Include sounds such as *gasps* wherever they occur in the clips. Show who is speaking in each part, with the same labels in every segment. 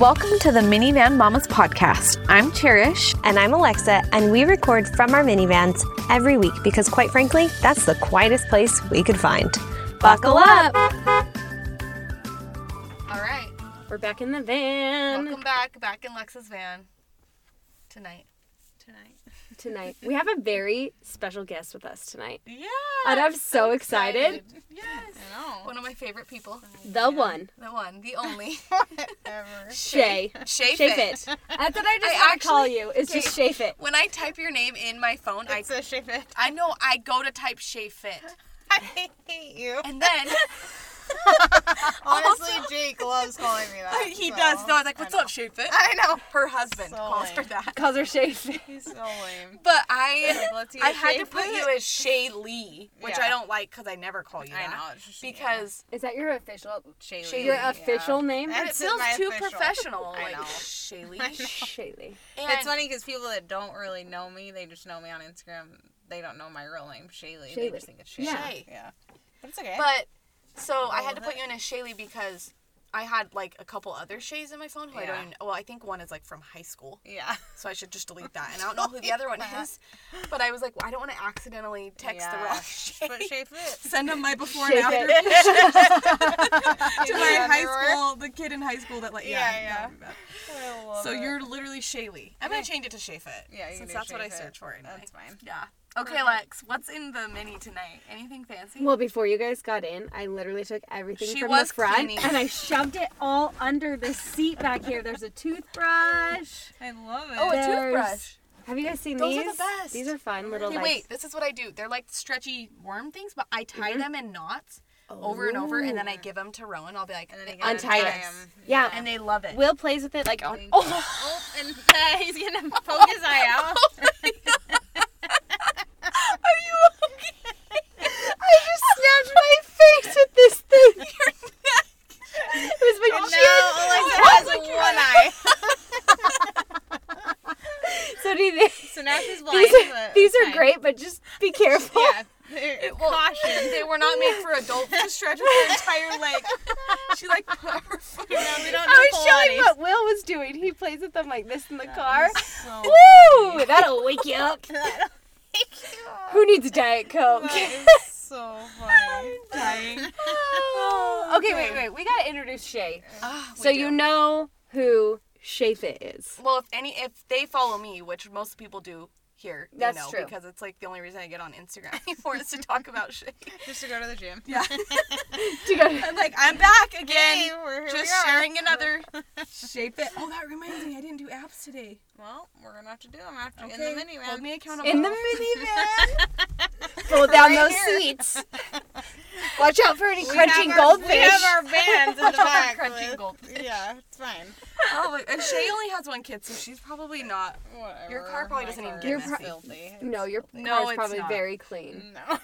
Speaker 1: Welcome to the Minivan Mamas podcast. I'm Cherish.
Speaker 2: And I'm Alexa, and we record from our minivans every week because, quite frankly, that's the quietest place we could find. Buckle up!
Speaker 3: All right.
Speaker 4: We're back in the van
Speaker 3: Welcome back, back in Lex's van tonight. Tonight.
Speaker 4: tonight. We have a very special guest with us tonight.
Speaker 3: Yeah.
Speaker 4: And I'm so excited.
Speaker 3: Yes. One of my favorite people.
Speaker 4: The one,
Speaker 3: The one, the
Speaker 5: *laughs*
Speaker 3: only.
Speaker 4: Shay.
Speaker 3: Shape,
Speaker 4: Shape it.
Speaker 3: *laughs*
Speaker 4: I thought I just
Speaker 3: I
Speaker 4: had to call
Speaker 3: actually-
Speaker 4: you. It's just
Speaker 3: Okay.
Speaker 4: Shape it.
Speaker 3: When I type your name in my phone, I
Speaker 5: So shape it.
Speaker 3: I know I go to type Shafe It.
Speaker 5: I hate you.
Speaker 3: And
Speaker 5: *laughs*
Speaker 3: then *laughs*
Speaker 5: Honestly, Jake loves calling me that.
Speaker 3: *laughs* he
Speaker 5: so-
Speaker 3: does. No, I was like, what's up, Shafe It?
Speaker 5: I know.
Speaker 3: Her husband *laughs*
Speaker 5: So
Speaker 3: calls her
Speaker 5: lame.
Speaker 3: that.
Speaker 4: Calls her Shape it.
Speaker 5: He's so lame.
Speaker 3: But I
Speaker 5: Let's see
Speaker 3: I
Speaker 5: your
Speaker 3: had to
Speaker 5: shape
Speaker 3: put
Speaker 5: it.
Speaker 3: you as Shay Lee, which
Speaker 5: Yeah.
Speaker 3: I don't like because I never call you
Speaker 5: I
Speaker 3: that.
Speaker 5: know, it's just-
Speaker 3: because
Speaker 4: Is that your official
Speaker 5: Shaylee.
Speaker 4: your
Speaker 5: yeah.
Speaker 4: official name?
Speaker 5: And
Speaker 3: it
Speaker 5: it's
Speaker 3: feels
Speaker 5: my
Speaker 3: too
Speaker 5: official.
Speaker 3: professional.
Speaker 5: *laughs* I
Speaker 3: Like
Speaker 5: know.
Speaker 3: Shaylee.
Speaker 4: Shaylee.
Speaker 5: It's funny because people that don't really know me, they just know me on Instagram. They don't know my real name, Shaylee. They
Speaker 4: Shaylee.
Speaker 5: just think it's Shaylee.
Speaker 4: Yeah.
Speaker 3: Shay.
Speaker 5: Yeah. But it's okay.
Speaker 3: But
Speaker 5: Oh,
Speaker 3: so I had to put you in as Shaylee because I had like a couple other Shays in my phone who I don't
Speaker 5: Yeah.
Speaker 3: even well, I think one is like from high school.
Speaker 5: yeah.
Speaker 3: So I should just delete that. And I don't know
Speaker 5: *laughs*
Speaker 3: who the other one is. But I was like, well, I don't want to accidentally text the
Speaker 5: Yeah.
Speaker 3: wrong Shay.
Speaker 5: But shape it.
Speaker 3: *laughs* Send them my before
Speaker 4: Shape
Speaker 3: and after
Speaker 5: *laughs*
Speaker 4: it.
Speaker 3: *laughs* to my high school, the kid in high school that like
Speaker 5: Yeah,
Speaker 3: yeah,
Speaker 5: yeah.
Speaker 3: that would be bad. So you're literally Shaylee. I'm gonna change it to Shayfit.
Speaker 5: Yeah, you
Speaker 3: since
Speaker 5: can do
Speaker 3: that's what I
Speaker 5: Shafe It.
Speaker 3: search for. Anyway.
Speaker 5: That's fine.
Speaker 3: Yeah. Okay, Lex. What's in the mini tonight? Anything fancy?
Speaker 4: Well, before you guys got in, I literally took everything
Speaker 3: She
Speaker 4: from
Speaker 3: was
Speaker 4: the front
Speaker 3: cleaning.
Speaker 4: and I shoved it all under the seat back here. There's a toothbrush.
Speaker 5: I love it.
Speaker 3: oh, a
Speaker 4: there's-
Speaker 3: toothbrush.
Speaker 4: Have you guys seen
Speaker 3: Those
Speaker 4: these?
Speaker 3: are the best.
Speaker 4: These are fun little
Speaker 3: Okay,
Speaker 4: like
Speaker 3: wait, this is what I do. They're like stretchy worm things, but I tie them in knots over and over, and then I give them to Rowan. I'll be like,
Speaker 5: then again,
Speaker 3: untie
Speaker 5: tie
Speaker 3: this.
Speaker 5: 'em.
Speaker 4: Yeah.
Speaker 3: And they love *laughs* it.
Speaker 4: Will plays with it like on oh,
Speaker 5: *laughs* Oh, and uh, he's gonna poke
Speaker 4: *laughs*
Speaker 5: his eye out.
Speaker 3: Are you okay? I just snapped my face at this
Speaker 5: *laughs*
Speaker 3: thing.
Speaker 4: it was my
Speaker 5: And now Alexa has one eye.
Speaker 4: So do you think
Speaker 5: So now she's blind.
Speaker 4: these are,
Speaker 5: but
Speaker 4: these are
Speaker 5: fine.
Speaker 4: great, but just be careful.
Speaker 5: *laughs* Yeah. they're- Caution.
Speaker 3: they were not made for adults to stretch with their entire leg. She like put her foot
Speaker 5: No,
Speaker 3: around
Speaker 5: we
Speaker 3: it.
Speaker 5: don't
Speaker 4: I
Speaker 5: do
Speaker 4: was showing
Speaker 5: Pilates.
Speaker 4: what Will was doing. He plays with them like this in the car.
Speaker 5: So
Speaker 4: Woo! That'll wake you
Speaker 5: *laughs*
Speaker 4: up. Who needs a diet coke?
Speaker 5: that is so funny.
Speaker 4: Oh, okay, wait, wait. We gotta introduce Shay.
Speaker 3: Ah, we
Speaker 4: so
Speaker 3: do.
Speaker 4: you know who Shay Fit
Speaker 3: *laughs*
Speaker 4: is.
Speaker 3: Well, if any, if they follow me, which most people do here, they
Speaker 4: That's
Speaker 3: know,
Speaker 4: true.
Speaker 3: because it's like the only reason I get on Instagram *laughs* anymore is to talk about shit.
Speaker 5: Just to go to the gym.
Speaker 3: *laughs* Yeah.
Speaker 4: You gotta-
Speaker 3: I'm like, I'm back again.
Speaker 5: Hey, we're here
Speaker 3: just
Speaker 5: we are.
Speaker 3: sharing another shape it. Oh, that reminds me, I didn't do abs today.
Speaker 5: Well, we're gonna have to do them after in the minivan.
Speaker 3: Hold me accountable.
Speaker 4: in the
Speaker 5: *laughs*
Speaker 4: minivan. Pull down
Speaker 5: Right
Speaker 4: those
Speaker 5: here.
Speaker 4: seats. Watch out for any
Speaker 5: We have
Speaker 4: crunchy
Speaker 5: our- We
Speaker 4: goldfish.
Speaker 5: have our bands in the back.
Speaker 3: crunchy
Speaker 5: with-
Speaker 3: goldfish.
Speaker 5: Yeah, it's fine.
Speaker 3: oh, my- and Shay only has one kid, so she's probably not.
Speaker 5: Whatever.
Speaker 3: car probably
Speaker 5: My
Speaker 3: doesn't even
Speaker 5: car
Speaker 3: get
Speaker 5: is
Speaker 4: messy.
Speaker 5: filthy.
Speaker 4: No, your
Speaker 3: No,
Speaker 4: car's
Speaker 3: it's
Speaker 4: probably
Speaker 3: not.
Speaker 4: very clean.
Speaker 5: *laughs* No.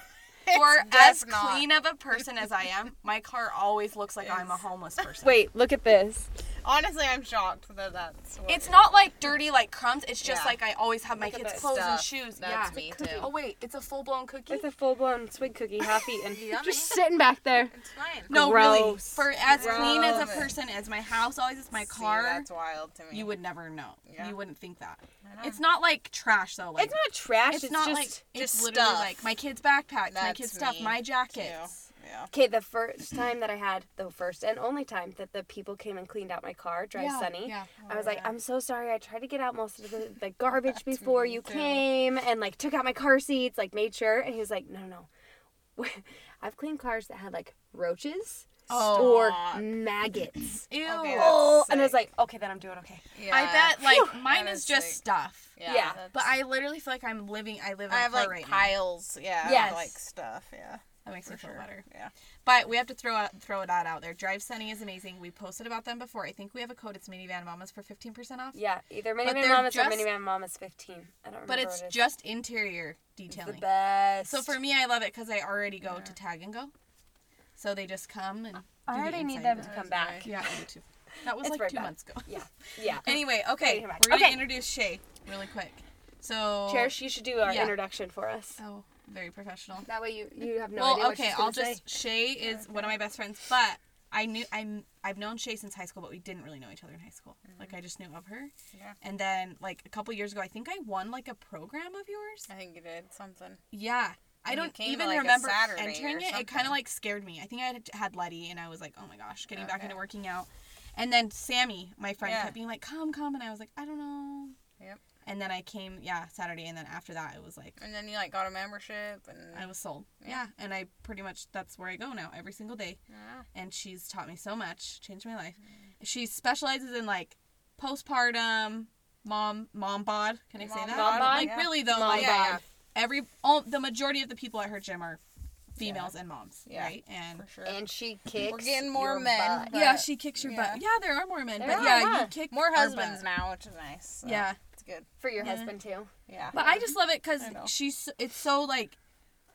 Speaker 3: For
Speaker 5: It's
Speaker 3: as
Speaker 5: def not.
Speaker 3: clean of a person as I am, my car always looks like I'm a homeless person.
Speaker 4: Wait, look at this.
Speaker 5: Honestly, I'm shocked that that's. What
Speaker 3: It's not like dirty like crumbs. It's just
Speaker 5: Yeah.
Speaker 3: like I always have my
Speaker 5: Look at
Speaker 3: kids'
Speaker 5: that
Speaker 3: clothes and
Speaker 5: stuff.
Speaker 3: shoes.
Speaker 5: That's
Speaker 3: yeah.
Speaker 5: me
Speaker 3: Oh
Speaker 5: too.
Speaker 3: wait, it's a full blown cookie.
Speaker 4: It's a full blown twig cookie, half eaten.
Speaker 5: Yummy.
Speaker 4: Just sitting back there.
Speaker 5: It's fine.
Speaker 3: no, really.
Speaker 4: Gross.
Speaker 3: For as clean as a
Speaker 5: Gross.
Speaker 3: person as my house always is, my
Speaker 5: See,
Speaker 3: car.
Speaker 5: that's wild to me.
Speaker 3: you would never know.
Speaker 5: Yeah.
Speaker 3: You wouldn't think that. It's not like trash though. Like,
Speaker 4: It's not trash. It's,
Speaker 3: it's, not
Speaker 4: just
Speaker 3: like it's
Speaker 5: just
Speaker 3: literally
Speaker 5: stuff.
Speaker 3: like my kids' backpacks, my
Speaker 5: That's
Speaker 3: kids' stuff,
Speaker 5: me,
Speaker 3: my
Speaker 5: too.
Speaker 3: jackets.
Speaker 5: Yeah.
Speaker 4: Okay, the first time that I had, the first and only time that the people came and cleaned out my car, Drive
Speaker 3: Yeah,
Speaker 4: Sunny,
Speaker 3: yeah.
Speaker 4: I was like, I'm so sorry. I tried to get out most of the,
Speaker 3: *laughs*
Speaker 4: the garbage before you came and like took out my car seats, like made sure. And he was like, no, no, no. *laughs* I've cleaned cars that had like roaches or
Speaker 3: *clears throat*
Speaker 4: maggots.
Speaker 3: Ew.
Speaker 5: Okay,
Speaker 4: oh,
Speaker 5: that's
Speaker 4: and I was
Speaker 5: sick.
Speaker 4: like, okay, then I'm doing okay.
Speaker 5: Yeah.
Speaker 3: I bet like mine
Speaker 5: That
Speaker 3: is
Speaker 5: is
Speaker 3: just
Speaker 5: sick.
Speaker 3: stuff.
Speaker 5: Yeah.
Speaker 4: yeah,
Speaker 5: that's-
Speaker 3: But I literally feel like I'm living. I live. In
Speaker 5: I have
Speaker 3: a car
Speaker 5: like
Speaker 3: right now.
Speaker 5: piles. Yeah. of,
Speaker 4: Yes.
Speaker 5: Like stuff. Yeah.
Speaker 3: That makes me feel better.
Speaker 5: Yeah.
Speaker 3: But we have to throw out, throw that out there. Drive Sunny is amazing. We posted about them before. I think we have a code. It's Minivan Mamas for fifteen percent off.
Speaker 4: Yeah, either
Speaker 3: they're
Speaker 4: Minivan Mamas
Speaker 3: just-
Speaker 4: or Minivan Mamas 15. I don't remember.
Speaker 3: But it's
Speaker 4: what it is.
Speaker 3: just interior
Speaker 4: the
Speaker 3: detailing.
Speaker 4: best.
Speaker 3: So for me, I love it because I already go to Tag and Go, so they just
Speaker 4: *laughs*
Speaker 3: come and. do
Speaker 4: I
Speaker 3: the
Speaker 4: already need
Speaker 3: inside
Speaker 4: them to
Speaker 3: design.
Speaker 4: come back.
Speaker 3: Yeah, I do too. That was
Speaker 4: It's
Speaker 3: like
Speaker 4: right
Speaker 3: two
Speaker 4: back.
Speaker 3: months ago.
Speaker 4: Yeah, yeah.
Speaker 3: Anyway, okay,
Speaker 4: Bring it back.
Speaker 3: we're gonna
Speaker 4: Okay.
Speaker 3: introduce Shay really quick. So
Speaker 4: Cherish, you should do our
Speaker 3: Yeah.
Speaker 4: introduction for us.
Speaker 3: Oh, very professional.
Speaker 4: That way you you have no
Speaker 3: well,
Speaker 4: idea what
Speaker 3: okay,
Speaker 4: she's gonna
Speaker 3: I'll
Speaker 4: say.
Speaker 3: just Shay is one of my best friends, but I knew I'm I've known Shay since high school, but we didn't really know each other in high school. Like I just knew of her.
Speaker 5: Mm. Yeah.
Speaker 3: And then like a couple years ago, I think I won like a program of yours.
Speaker 5: I think you did something.
Speaker 3: Yeah. I
Speaker 5: When you
Speaker 3: don't
Speaker 5: came to,
Speaker 3: even
Speaker 5: like, a
Speaker 3: remember
Speaker 5: Saturday or
Speaker 3: entering it. It kind
Speaker 5: something.
Speaker 3: of like scared me. I think I had- had Letty and I was like, oh my gosh, getting back
Speaker 5: Okay.
Speaker 3: into working out. And then Sammy, my friend,
Speaker 5: Yeah.
Speaker 3: kept being like, come, come. And I was like, I don't know.
Speaker 5: Yep.
Speaker 3: And then I came, yeah, Saturday. And then after that, it was like,
Speaker 5: And then you like got a membership and
Speaker 3: I was sold. Yeah. And I pretty much, that's where I go now every single day.
Speaker 5: Yeah.
Speaker 3: And she's taught me so much, changed my life. She specializes in like postpartum, mom, mom bod. Can I say
Speaker 5: Mom
Speaker 3: that?
Speaker 5: bod,
Speaker 3: Like
Speaker 5: yeah.
Speaker 3: really though,
Speaker 5: Mom
Speaker 3: like
Speaker 5: bod.
Speaker 3: every, all, the majority of the people at her gym are females and moms,
Speaker 5: Yeah.
Speaker 3: right? And
Speaker 5: for sure.
Speaker 4: And she kicks.
Speaker 5: We're getting more
Speaker 4: your
Speaker 5: men.
Speaker 4: butt.
Speaker 5: but
Speaker 3: yeah, she kicks your
Speaker 5: yeah.
Speaker 3: butt. Yeah, there are more men,
Speaker 4: There
Speaker 3: but
Speaker 4: are,
Speaker 3: yeah,
Speaker 4: huh?
Speaker 3: you kick
Speaker 5: more
Speaker 3: our
Speaker 5: husbands
Speaker 3: butt.
Speaker 5: now, which is nice. so
Speaker 3: Yeah.
Speaker 5: It's good.
Speaker 4: for your
Speaker 3: Yeah.
Speaker 4: husband too.
Speaker 5: Yeah.
Speaker 3: But I just love it because
Speaker 5: I know.
Speaker 3: she's it's so like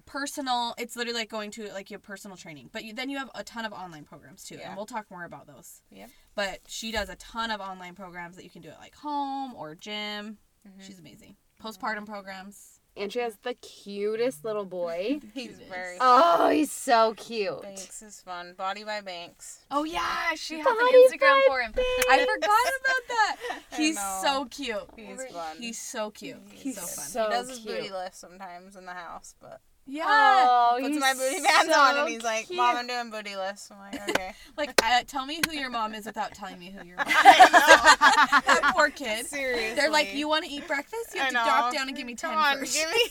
Speaker 3: personal. It's literally like going to like your personal training, but you, then you have a ton of online programs too,
Speaker 5: Yeah.
Speaker 3: and we'll talk more about those.
Speaker 5: Yep.
Speaker 3: But she does a ton of online programs that you can do at like home or gym. She's amazing. Postpartum programs.
Speaker 4: And she has the cutest little
Speaker 5: *laughs*
Speaker 4: boy.
Speaker 5: He's very
Speaker 4: oh, he's so cute.
Speaker 5: Banks is fun. Body by Banks.
Speaker 3: Oh yeah, she has
Speaker 4: Body
Speaker 3: Instagram for him. I forgot about that. *laughs* He's
Speaker 5: know.
Speaker 3: so cute.
Speaker 5: He's fun.
Speaker 3: He's so cute. He's so fun.
Speaker 4: so
Speaker 5: he does his
Speaker 4: cute.
Speaker 5: booty lift sometimes in the house, but
Speaker 3: yeah.
Speaker 4: Oh,
Speaker 5: puts
Speaker 4: he's
Speaker 5: my booty bands
Speaker 4: so
Speaker 5: on and he's like,
Speaker 4: cute.
Speaker 5: "Mom, I'm doing booty lifts." I'm
Speaker 3: *laughs*
Speaker 5: like, "Okay."
Speaker 3: Like, uh, tell me who your mom is without telling me who your *laughs* mom is.
Speaker 5: *laughs*
Speaker 3: that poor kid.
Speaker 5: Seriously.
Speaker 3: They're like, you want to eat breakfast? You have
Speaker 5: I
Speaker 3: to
Speaker 5: know.
Speaker 3: drop down and give me 10
Speaker 5: Come on,
Speaker 3: first.
Speaker 5: give
Speaker 3: *laughs*
Speaker 5: me.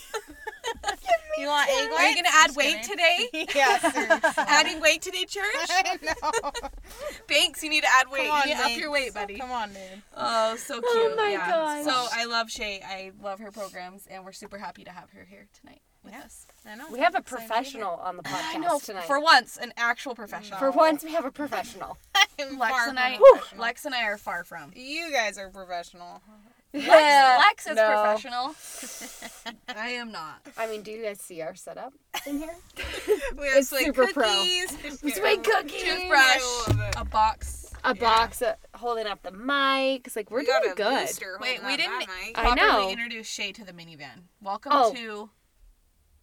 Speaker 5: You want egg
Speaker 3: Are you
Speaker 5: whites?
Speaker 3: going to add
Speaker 5: Just
Speaker 3: weight today?
Speaker 5: kidding. *laughs* Yeah, seriously.
Speaker 3: *laughs* Adding weight today, church?
Speaker 5: *laughs* I know.
Speaker 3: Banks, you need to add weight.
Speaker 5: Come on,
Speaker 3: you need to up your weight,
Speaker 5: Banks.
Speaker 3: buddy.
Speaker 5: Come on, dude.
Speaker 3: Oh, so cute.
Speaker 4: my
Speaker 3: yeah.
Speaker 4: gosh.
Speaker 3: So I love Shay. I love her programs, and we're super happy to have her here tonight with us.
Speaker 5: I know.
Speaker 4: We have a
Speaker 5: Excited to be here.
Speaker 4: professional on the podcast tonight.
Speaker 3: For once, an actual professional.
Speaker 4: For once, we have a professional.
Speaker 5: I'm
Speaker 3: Lex
Speaker 5: far
Speaker 3: and
Speaker 5: from
Speaker 3: I,
Speaker 5: professional.
Speaker 3: Lex and I are far
Speaker 5: *laughs*
Speaker 3: from.
Speaker 5: You guys are professional.
Speaker 4: Yeah,
Speaker 3: Lex is
Speaker 4: no.
Speaker 3: professional.
Speaker 5: *laughs*
Speaker 3: I am not.
Speaker 4: I mean, do you guys see our setup in here?
Speaker 5: We have
Speaker 4: It's
Speaker 5: sweet
Speaker 4: super pro.
Speaker 3: *laughs*
Speaker 5: cookies.
Speaker 4: It's my cookies.
Speaker 5: I love
Speaker 3: Toothbrush,
Speaker 5: it.
Speaker 3: a box.
Speaker 4: A box uh, holding up the mics. Like we're
Speaker 5: We got
Speaker 4: doing
Speaker 5: a
Speaker 4: good.
Speaker 5: booster
Speaker 3: Wait,
Speaker 5: holding
Speaker 3: we
Speaker 5: up
Speaker 3: didn't
Speaker 5: that mic.
Speaker 4: I
Speaker 3: properly
Speaker 4: know.
Speaker 3: introduce Shay to the minivan. Welcome
Speaker 4: Oh.
Speaker 3: to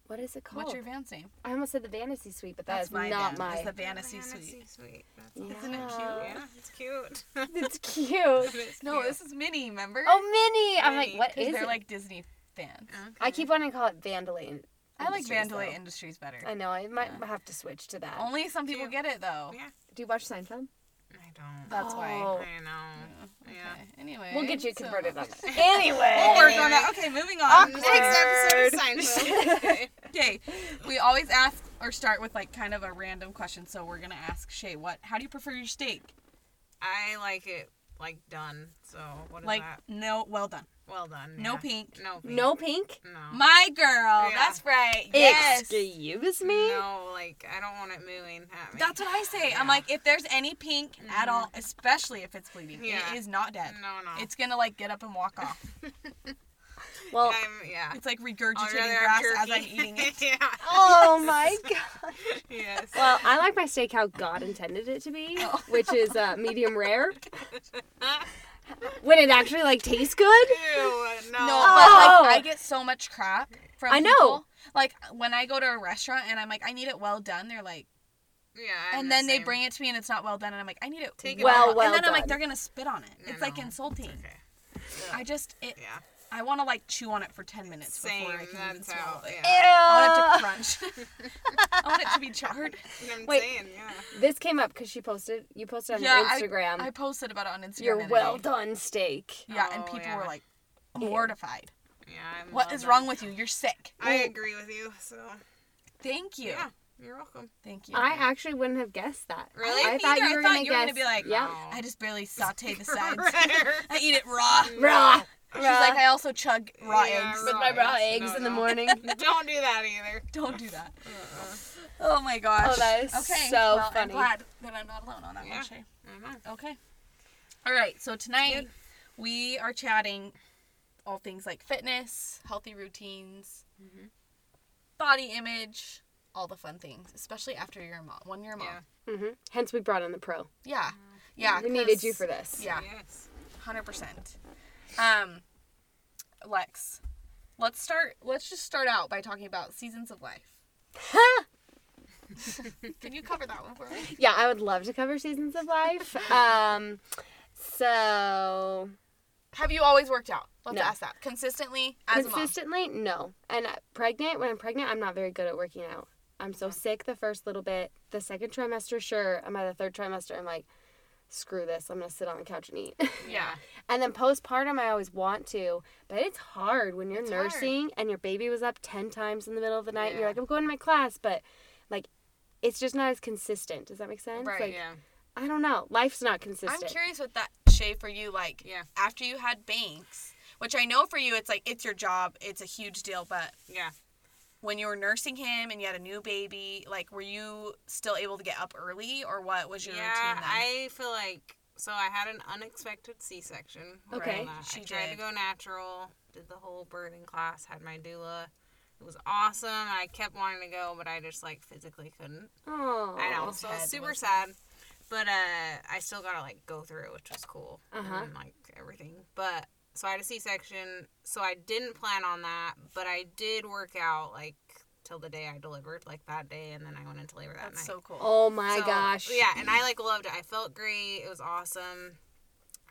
Speaker 4: What is it called?
Speaker 3: what's your van's name?
Speaker 4: I almost said the fantasy suite, but that's
Speaker 3: my
Speaker 4: not
Speaker 3: van.
Speaker 4: my. *laughs*
Speaker 3: It's the Fantasy Suite.
Speaker 5: Sweet. That's
Speaker 4: Isn't
Speaker 5: cute. Yeah, it's cute.
Speaker 3: *laughs*
Speaker 5: *laughs*
Speaker 4: It's cute.
Speaker 5: It's
Speaker 3: No,
Speaker 5: cute.
Speaker 3: this is Minnie. Remember?
Speaker 4: Oh, Minnie. I'm
Speaker 5: Minnie,
Speaker 4: like, what
Speaker 3: 'Cause
Speaker 4: is
Speaker 3: they're
Speaker 4: it?
Speaker 3: like uh, Disney fans.
Speaker 4: I keep wanting to call it Vandalay.
Speaker 3: I like
Speaker 4: Industries,
Speaker 3: Vandalay
Speaker 4: though.
Speaker 3: Industries better.
Speaker 4: I know. I might have to switch to that.
Speaker 3: Only some people get it though.
Speaker 5: Yeah.
Speaker 4: Do you watch Seinfeld?
Speaker 5: I don't.
Speaker 3: That's why.
Speaker 4: Oh.
Speaker 5: I know. Yeah.
Speaker 3: Okay. Anyway,
Speaker 4: We'll get you
Speaker 3: so- *laughs*
Speaker 4: converted on that. Anyway.
Speaker 3: We'll work on that. Okay, moving on.
Speaker 5: Next episode
Speaker 3: *laughs*
Speaker 5: of Seinfeld. Okay.
Speaker 3: Okay, we always ask or start with like kind of a random question. So we're gonna ask Shay, what? How do you prefer your steak?
Speaker 5: I like it like done. So what is
Speaker 3: Like
Speaker 5: that?
Speaker 3: no, well done.
Speaker 5: Well done.
Speaker 3: No
Speaker 5: yeah.
Speaker 3: pink.
Speaker 5: No pink.
Speaker 4: No pink?
Speaker 5: No.
Speaker 3: My girl.
Speaker 5: Yeah.
Speaker 3: That's right. Yes.
Speaker 4: Excuse me?
Speaker 5: No, like I don't want it mooing at me.
Speaker 3: That's what I say. I'm
Speaker 5: Yeah. Mm-hmm.
Speaker 3: like, if there's any pink at all, especially if it's bleeding,
Speaker 5: Yeah.
Speaker 3: it is not dead.
Speaker 5: No, no.
Speaker 3: It's gonna like get up and walk off.
Speaker 4: Well,
Speaker 3: *laughs*
Speaker 5: I'm yeah. *laughs*
Speaker 3: It's like
Speaker 5: I'd
Speaker 3: regurgitating
Speaker 5: rather have
Speaker 3: grass as I'm
Speaker 5: jerky.
Speaker 3: eating
Speaker 5: *laughs*
Speaker 3: it.
Speaker 5: yeah.
Speaker 4: oh my
Speaker 3: *laughs*
Speaker 4: god.
Speaker 5: Yes.
Speaker 4: Well, I like my steak how God intended it to
Speaker 3: *laughs*
Speaker 4: be,
Speaker 3: Oh.
Speaker 4: which is uh, medium rare. when it actually like tastes good.
Speaker 5: Ew, no.
Speaker 3: No,
Speaker 4: Oh.
Speaker 3: but like I get so much crap from
Speaker 4: I know.
Speaker 3: people. Like when I go to a restaurant and I'm like, I need it well done. They're like,
Speaker 5: Yeah. I'm
Speaker 3: and
Speaker 5: the
Speaker 3: then they
Speaker 5: same.
Speaker 3: bring it to me and it's not well done, and I'm like, I need it
Speaker 5: Take it
Speaker 3: well,
Speaker 4: out. Well,
Speaker 3: And then
Speaker 4: well
Speaker 3: I'm like,
Speaker 4: done.
Speaker 3: they're gonna spit on it.
Speaker 5: No,
Speaker 3: it's like
Speaker 5: no,
Speaker 3: insulting.
Speaker 5: Okay.
Speaker 3: I just it.
Speaker 5: Yeah.
Speaker 3: I want to like chew on it for ten minutes
Speaker 5: Same.
Speaker 3: before I can even
Speaker 5: That's
Speaker 3: swallow
Speaker 5: how.
Speaker 3: it. Eh,
Speaker 5: Yeah.
Speaker 3: *laughs* I
Speaker 5: Uh.
Speaker 3: want it to
Speaker 5: *laughs*
Speaker 3: crunch. I want it to be
Speaker 5: Um,
Speaker 3: charred.
Speaker 5: I'm
Speaker 4: Wait.
Speaker 5: saying. Yeah.
Speaker 4: This came up because she posted. You posted on your
Speaker 3: I-
Speaker 4: Instagram.
Speaker 3: I, posted about it on Instagram. the
Speaker 4: your
Speaker 3: other
Speaker 4: well
Speaker 3: day.
Speaker 4: done steak.
Speaker 3: Yeah, and
Speaker 5: Oh,
Speaker 3: people
Speaker 5: yeah.
Speaker 3: were like mortified.
Speaker 5: Yeah. I'm
Speaker 3: What
Speaker 5: well
Speaker 3: is
Speaker 5: done.
Speaker 3: wrong with you? You're sick.
Speaker 5: I agree with you. So
Speaker 3: Thank you.
Speaker 5: yeah, you're welcome. *laughs*
Speaker 3: Thank you.
Speaker 4: I actually wouldn't have guessed that.
Speaker 5: Really?
Speaker 4: I,
Speaker 3: Me
Speaker 4: thought
Speaker 3: either.
Speaker 4: you were
Speaker 3: I thought
Speaker 4: gonna
Speaker 3: you were gonna
Speaker 4: guess-
Speaker 3: be like,
Speaker 4: yeah.
Speaker 3: I just barely saute the sides.
Speaker 5: *laughs* Right.
Speaker 3: I eat it
Speaker 4: *laughs*
Speaker 3: raw. She's
Speaker 4: Raw.
Speaker 3: like, I also chug raw
Speaker 5: Yeah,
Speaker 3: eggs.
Speaker 5: raw.
Speaker 4: my raw
Speaker 5: Yes.
Speaker 4: eggs
Speaker 5: No,
Speaker 4: in the
Speaker 5: no.
Speaker 4: morning.
Speaker 5: *laughs* Don't do that either.
Speaker 3: *laughs* Don't do that.
Speaker 5: Uh.
Speaker 3: Oh my gosh.
Speaker 4: Oh, that is
Speaker 3: okay.
Speaker 4: so
Speaker 3: well, I'm
Speaker 4: funny.
Speaker 3: glad that I'm not alone on that
Speaker 5: Yeah.
Speaker 3: one, Shay.
Speaker 5: I know.
Speaker 3: Okay. All right. So tonight we are chatting all things like fitness, healthy routines,
Speaker 4: Mm-hmm.
Speaker 3: body image, all the fun things, especially after you're a mom, when you're a mom.
Speaker 5: Yeah.
Speaker 4: hmm Hence, we brought in the pro.
Speaker 3: Yeah. Yeah.
Speaker 4: Mm-hmm. We needed you
Speaker 3: 'cause-
Speaker 4: for this.
Speaker 3: Yeah.
Speaker 5: Yes.
Speaker 3: Hundred percent. Um, Lex,
Speaker 4: *laughs*
Speaker 3: let's start. Let's just start out by talking about seasons of life. Can you cover that one for me?
Speaker 4: Yeah, I would love to cover seasons of life. Um, so
Speaker 3: Have you always worked out? Let's
Speaker 4: No.
Speaker 3: ask that. Consistently as
Speaker 4: consistently, no. And uh, pregnant, when I'm pregnant, I'm not very good at working out. I'm so sick the first little bit. The second trimester, sure. And by the third trimester, I'm like, screw this. I'm gonna sit on the couch and eat.
Speaker 3: a mom. Yeah.
Speaker 4: and then postpartum, I always want to, but it's hard when you're
Speaker 3: hard.
Speaker 4: nursing and your baby was up ten times in the middle of the night. And you're like, I'm going to my class, but like, it's just not as consistent. Does that make sense?
Speaker 3: Right,
Speaker 4: Like,
Speaker 5: Yeah.
Speaker 4: I don't know. Life's not
Speaker 3: I'm
Speaker 4: consistent.
Speaker 3: curious with that Shay for you, like
Speaker 5: Yeah.
Speaker 3: after you had banks, which I know for you it's like it's your job, it's a huge deal, but
Speaker 5: Yeah.
Speaker 3: when you were nursing him and you had a new baby, like were you still able to get up early or what was your
Speaker 5: yeah,
Speaker 3: routine then?
Speaker 5: I feel like so I had an unexpected C-section.
Speaker 4: Okay.
Speaker 5: Right.
Speaker 3: She
Speaker 5: I tried
Speaker 3: did.
Speaker 5: to go natural. Did the whole birthing class. Had my doula. It was awesome. and I kept wanting to go, but I just like physically couldn't.
Speaker 4: Oh.
Speaker 5: I know, so I was
Speaker 3: head
Speaker 5: super
Speaker 3: was-
Speaker 5: sad. But uh, I still gotta like go through, which was cool,
Speaker 4: Uh-huh.
Speaker 5: and like everything. But so I had a C-section, so I didn't plan on that, but I did work out like till the day I delivered, like that day, and then I went into labor that
Speaker 3: That's
Speaker 5: night.
Speaker 3: so cool.
Speaker 4: Oh my
Speaker 5: So,
Speaker 4: gosh.
Speaker 5: Yeah, and I like loved it. I felt great. It was awesome.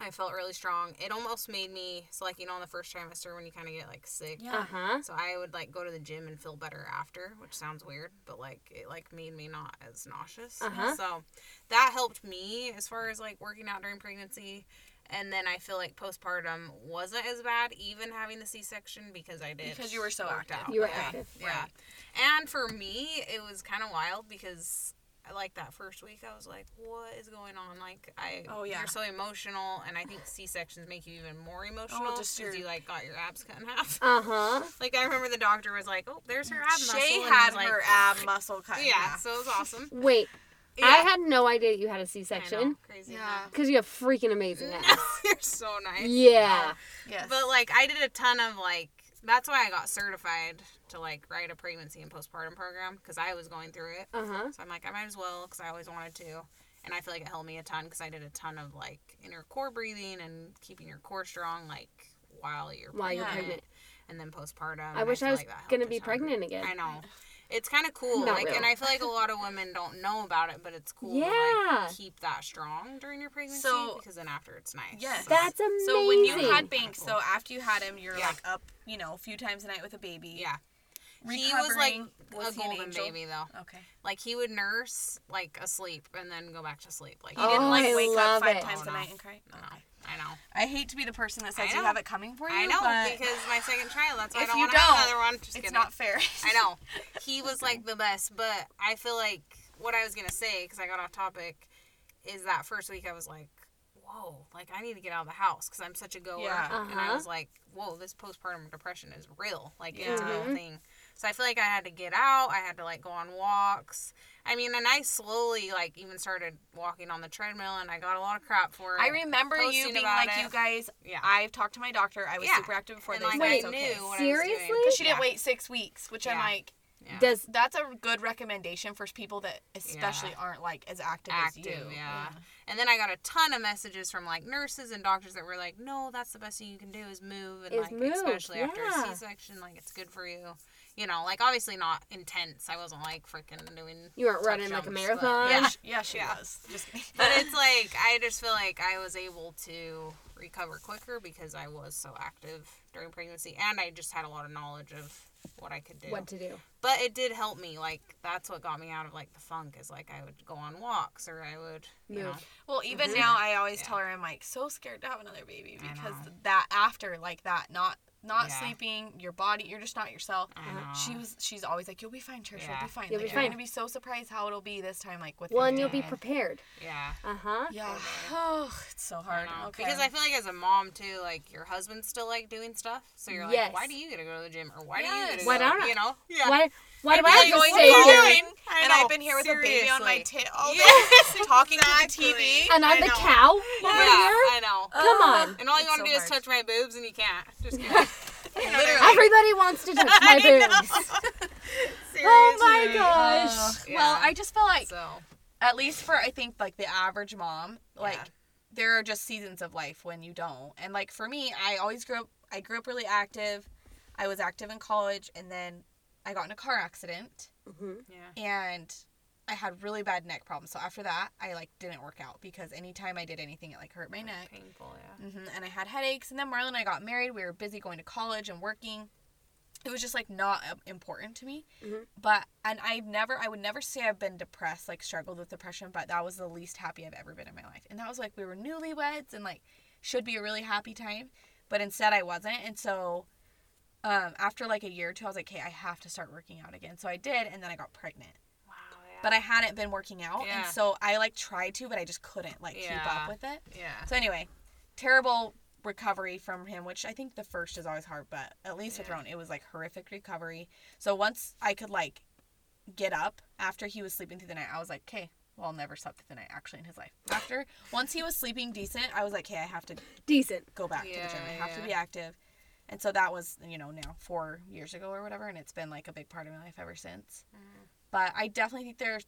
Speaker 5: I felt really strong. It almost made me so like you know in the first trimester when you kind of get like sick.
Speaker 4: Uh huh.
Speaker 5: *laughs* So I would like go to the gym and feel better after, which sounds weird, but like it like made me not as nauseous.
Speaker 4: Uh-huh.
Speaker 5: So that helped me as far as like working out during pregnancy. And then I feel like postpartum wasn't as bad, even having the C section, because I did
Speaker 3: Because you were so
Speaker 5: worked
Speaker 3: active.
Speaker 5: out.
Speaker 4: You were
Speaker 5: Yeah.
Speaker 4: active.
Speaker 5: Yeah. And for me, it was kind of wild because I like that first week I was like, what is going on? Like I
Speaker 3: Oh, yeah. Oh,
Speaker 5: you're so emotional and I think C-sections make you even more emotional
Speaker 3: just
Speaker 5: because
Speaker 3: your-
Speaker 5: you like got your abs cut in half.
Speaker 4: Uh huh.
Speaker 5: Like I remember the doctor was like, "Oh, there's her ab muscle."
Speaker 3: Shay
Speaker 5: and I
Speaker 3: had
Speaker 5: was like, "Oh,
Speaker 3: her
Speaker 5: *laughs*
Speaker 3: ab muscle cut. in
Speaker 5: Yeah,
Speaker 3: half.
Speaker 5: so it was
Speaker 3: *laughs*
Speaker 5: awesome.
Speaker 4: Wait,
Speaker 5: Yeah,
Speaker 4: I had no idea you had a
Speaker 5: I know,
Speaker 4: C-section
Speaker 5: Crazy.
Speaker 3: Yeah.
Speaker 4: because you have freaking amazing
Speaker 5: huh?
Speaker 4: abs.
Speaker 5: *laughs* You're so nice.
Speaker 4: yeah.
Speaker 3: Yes.
Speaker 5: But like I did a ton of like that's why I got certified to like write a pregnancy and postpartum program because I was going through it.
Speaker 4: Uh huh.
Speaker 5: So I'm like I might as well because I always wanted to, and I feel like it helped me a ton because I did a ton of like inner core breathing and keeping your core strong like while you're
Speaker 4: While you're
Speaker 3: Yeah.
Speaker 4: pregnant,
Speaker 5: and then postpartum.
Speaker 4: I wish I,
Speaker 5: feel
Speaker 4: was
Speaker 5: like that helped
Speaker 4: gonna
Speaker 5: a
Speaker 4: be
Speaker 5: ton.
Speaker 4: pregnant again.
Speaker 5: I know. It's kind of cool.
Speaker 4: Not
Speaker 5: like, and
Speaker 4: really.
Speaker 5: I feel like a lot of women don't know about it, but it's cool to
Speaker 4: Yeah.
Speaker 5: like, keep that strong during your pregnancy
Speaker 3: So-
Speaker 5: because then after it's nice.
Speaker 3: Yes.
Speaker 4: That's amazing.
Speaker 3: So when you had Banks, so after you had him, you're
Speaker 5: Yeah.
Speaker 3: like up, you know, a few times a night with a baby.
Speaker 5: Yeah. He was like
Speaker 3: Recovering.
Speaker 5: a
Speaker 3: Was he an
Speaker 5: golden
Speaker 3: angel?
Speaker 5: baby though.
Speaker 3: Okay.
Speaker 5: Like he would nurse like asleep and then go back to sleep. Like he
Speaker 3: You didn't
Speaker 4: Oh,
Speaker 3: like
Speaker 4: I
Speaker 3: wake
Speaker 4: love
Speaker 3: up five
Speaker 4: it.
Speaker 3: times
Speaker 5: Oh,
Speaker 3: a
Speaker 5: no.
Speaker 3: night and cry.
Speaker 5: didn't. No, I know.
Speaker 3: I hate to be the person that says you
Speaker 5: I know.
Speaker 3: have it coming for you.
Speaker 5: I know
Speaker 3: but
Speaker 5: because my second child. That's why
Speaker 3: If
Speaker 5: I don't
Speaker 3: you
Speaker 5: want to have
Speaker 3: don't,
Speaker 5: another one. Just
Speaker 3: it's
Speaker 5: kidding.
Speaker 3: not fair.
Speaker 5: I know. He was like the best, but I feel like what I was going to say, because I got off topic, is that first week I was like, whoa, like I need to get out of the house because I'm such a goer.
Speaker 3: Yeah.
Speaker 5: And I
Speaker 4: Uh-huh.
Speaker 5: was like, whoa, this postpartum depression is real. Like, it's a real thing. So I feel like I had to get out. I had to like go on walks. I mean, and I slowly like even started walking on the treadmill and I got a lot of crap for it.
Speaker 3: I remember you
Speaker 5: Posting
Speaker 3: being
Speaker 5: about
Speaker 3: like,
Speaker 5: it.
Speaker 3: you guys.
Speaker 5: Yeah.
Speaker 3: I've talked to my doctor. I was
Speaker 5: Yeah.
Speaker 3: super active before
Speaker 5: and,
Speaker 3: they
Speaker 5: like,
Speaker 3: said
Speaker 5: I
Speaker 3: it's
Speaker 5: knew
Speaker 3: okay.
Speaker 5: what I was
Speaker 4: seriously?
Speaker 5: doing.
Speaker 3: Because she didn't
Speaker 5: Yeah.
Speaker 3: wait six weeks, which I'm
Speaker 5: Yeah.
Speaker 3: like,
Speaker 5: Yeah.
Speaker 4: does
Speaker 3: that's a good recommendation for people that especially aren't like as active,
Speaker 5: active,
Speaker 3: as you.
Speaker 5: yeah. And then I got a ton of messages from like nurses and doctors that were like, "No, that's the best thing you can do is move, and
Speaker 4: Is
Speaker 5: like
Speaker 4: move,
Speaker 5: especially after a
Speaker 4: yeah.
Speaker 5: C-section, like it's good for you." You know, like obviously not intense. I wasn't like freaking doing.
Speaker 4: you weren't
Speaker 5: tuck
Speaker 4: running like a
Speaker 5: jumps, but-
Speaker 4: marathon?
Speaker 3: Yeah, sh- yeah, she
Speaker 5: Yeah.
Speaker 3: was. Just
Speaker 5: *laughs* But it's like I just feel like I was able to recover quicker because I was so active during pregnancy, and I just had a lot of knowledge of what I could do.
Speaker 4: What to do?
Speaker 5: but it did help me. Like that's what got me out of like the funk is like I would go on walks or I would you know
Speaker 4: Move.
Speaker 3: Well, even now, I always
Speaker 5: Mhm. Yeah.
Speaker 3: tell her I'm like so scared to have another baby
Speaker 5: I
Speaker 3: because
Speaker 5: know.
Speaker 3: that after like that not not
Speaker 5: Yeah.
Speaker 3: sleeping, your body, you're just not yourself.
Speaker 5: I know.
Speaker 3: She was she's always like you'll be fine, Trish.
Speaker 5: Yeah.
Speaker 3: You'll be fine.
Speaker 4: You'll be
Speaker 3: like, You're
Speaker 4: fine.
Speaker 3: gonna be so surprised how it'll be this time. Like with
Speaker 4: Well,
Speaker 3: your
Speaker 4: and you'll be
Speaker 3: dad."
Speaker 4: prepared.
Speaker 5: yeah.
Speaker 4: Uh huh.
Speaker 3: Yeah. Oh, *sighs* it's so hard.
Speaker 5: know.
Speaker 3: Okay.
Speaker 5: Because I feel like as a mom too, like your husband's still like doing stuff, so you're like,
Speaker 4: Yes.
Speaker 5: why do you get to go to the gym or why do you get
Speaker 3: Yes.
Speaker 5: to
Speaker 4: Why
Speaker 5: go?
Speaker 4: don't I?
Speaker 5: You know? Yeah.
Speaker 4: Why? Why do
Speaker 3: I've
Speaker 4: I
Speaker 3: been
Speaker 4: just
Speaker 3: going
Speaker 4: stay
Speaker 3: to
Speaker 4: here?
Speaker 3: Boston, and I've been here with a baby on my
Speaker 5: Seriously.
Speaker 3: tit
Speaker 5: *laughs*
Speaker 3: all day, *laughs*
Speaker 5: Yes,
Speaker 3: talking to the
Speaker 5: exactly.
Speaker 3: TV.
Speaker 4: And I'm
Speaker 5: I
Speaker 4: the
Speaker 5: know.
Speaker 4: cow
Speaker 5: Yeah,
Speaker 4: over here.
Speaker 5: I know.
Speaker 4: Come
Speaker 5: *laughs*
Speaker 4: on.
Speaker 5: and all you
Speaker 3: It's
Speaker 5: want
Speaker 3: so
Speaker 5: to do is
Speaker 3: hard.
Speaker 5: touch my boobs, and you can't.
Speaker 3: *laughs*
Speaker 5: Just kidding.
Speaker 3: Literally.
Speaker 4: Everybody wants
Speaker 5: *laughs*
Speaker 4: to touch my boobs. Oh my
Speaker 5: Seriously.
Speaker 4: gosh.
Speaker 5: Yeah.
Speaker 3: Well, I just feel like
Speaker 5: So
Speaker 3: at least for I think like the average mom, like
Speaker 5: Yeah.
Speaker 3: there are just seasons of life when you don't. And like for me, I always grew up I grew up really active. I
Speaker 5: Mm-hmm.
Speaker 3: was active in college and then I got in a car accident
Speaker 5: yeah,
Speaker 3: and I had really bad neck problems. So after that, I like didn't work out because anytime I did anything, it like hurt my neck.
Speaker 5: Painful, yeah.
Speaker 3: hmm And I had headaches. And then Marlon and I got married. We were busy going to college and working. It was just like not um, important to me. But, and I've never, I would never say I've been depressed, like struggled with depression, but that was the least happy I've ever been in my life. And that was like, we were newlyweds and like should be a really happy time. But instead, I wasn't. And so, um, after like a year or two, I was like, hey, I have to start working out again. So I did. And then I got pregnant
Speaker 5: Wow, yeah.
Speaker 3: but I hadn't been working out,
Speaker 5: Yeah.
Speaker 3: and so I like tried to, but I just couldn't like keep
Speaker 5: Yeah.
Speaker 3: up with it.
Speaker 5: yeah.
Speaker 3: So anyway, terrible recovery from him, which I think the first is always hard, but at least with
Speaker 5: Yeah.
Speaker 3: Roan, it was like horrific recovery. So once I could like get up after he was sleeping through the night, I was like, okay. Well, I'll never slept through the night actually in his life. After once he was sleeping decent, I was like, hey, I have to
Speaker 4: Decent.
Speaker 3: go back to the gym. I
Speaker 5: Yeah,
Speaker 3: have to
Speaker 5: yeah.
Speaker 3: be active. And so that was, you know, now four years ago or whatever, and it's been like a big part of my life ever since.
Speaker 4: Mm-hmm.
Speaker 3: But I definitely think there's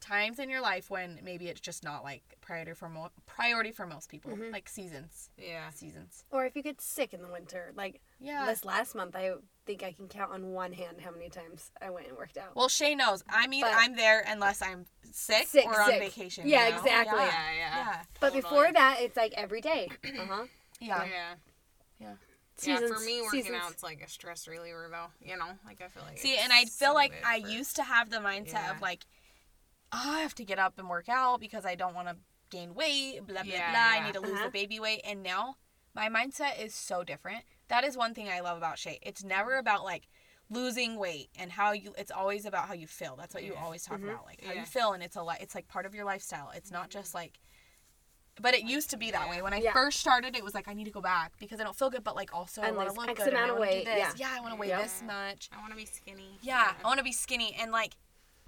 Speaker 3: times in your life when maybe it's just not like priority for mo- priority for most people,
Speaker 4: Mm-hmm.
Speaker 3: like seasons,
Speaker 5: yeah.
Speaker 3: seasons.
Speaker 4: Or if you get sick in the winter, like
Speaker 3: Yeah.
Speaker 4: this last month, I think I can count on one hand how many times I went and worked out.
Speaker 3: Well, Shay knows. I mean,
Speaker 4: But-
Speaker 3: I'm there unless I'm sick,
Speaker 4: Sick,
Speaker 3: or on
Speaker 4: sick.
Speaker 3: vacation.
Speaker 4: Yeah,
Speaker 3: you know?
Speaker 4: exactly.
Speaker 5: Oh, Yeah,
Speaker 3: Yeah.
Speaker 5: yeah.
Speaker 3: Yeah.
Speaker 4: but
Speaker 5: Totally.
Speaker 4: before that, it's like every
Speaker 5: *clears throat*
Speaker 4: day. Uh huh.
Speaker 3: Yeah.
Speaker 5: Yeah. yeah.
Speaker 3: Yeah.
Speaker 5: for me, working
Speaker 4: seasons.
Speaker 5: out's like a stress reliever, though. You know, like I feel like.
Speaker 3: See,
Speaker 5: it's
Speaker 3: and I feel
Speaker 5: so
Speaker 3: like
Speaker 5: good
Speaker 3: I
Speaker 5: for-
Speaker 3: used to have the mindset
Speaker 5: Yeah.
Speaker 3: of like, "Oh, I have to get up and work out because I don't want to gain weight, blah, blah,
Speaker 5: Yeah,
Speaker 3: blah.
Speaker 5: yeah.
Speaker 3: I need to lose
Speaker 4: Uh-huh.
Speaker 3: the baby weight. And now my mindset is so different. That is one thing I love about Shay. It's never about like losing weight and how you, it's always about how you feel. That's what you always talk
Speaker 4: Mm-hmm.
Speaker 3: about, like how
Speaker 5: Yeah.
Speaker 3: you feel. And it's a lot, it's like part of your lifestyle. It's not just like, but it used to be that way. When I
Speaker 4: Yeah.
Speaker 3: first started, it was like I need to go back because I don't feel good, but like also I
Speaker 4: And
Speaker 3: want to
Speaker 4: lose
Speaker 3: look
Speaker 4: X
Speaker 3: good. and I
Speaker 4: amount of
Speaker 3: wanna do
Speaker 4: weight,
Speaker 3: this.
Speaker 4: yeah.
Speaker 3: I want to weigh
Speaker 4: Yep.
Speaker 3: this much.
Speaker 5: I want to be skinny.
Speaker 3: Yeah, I want to be skinny. And like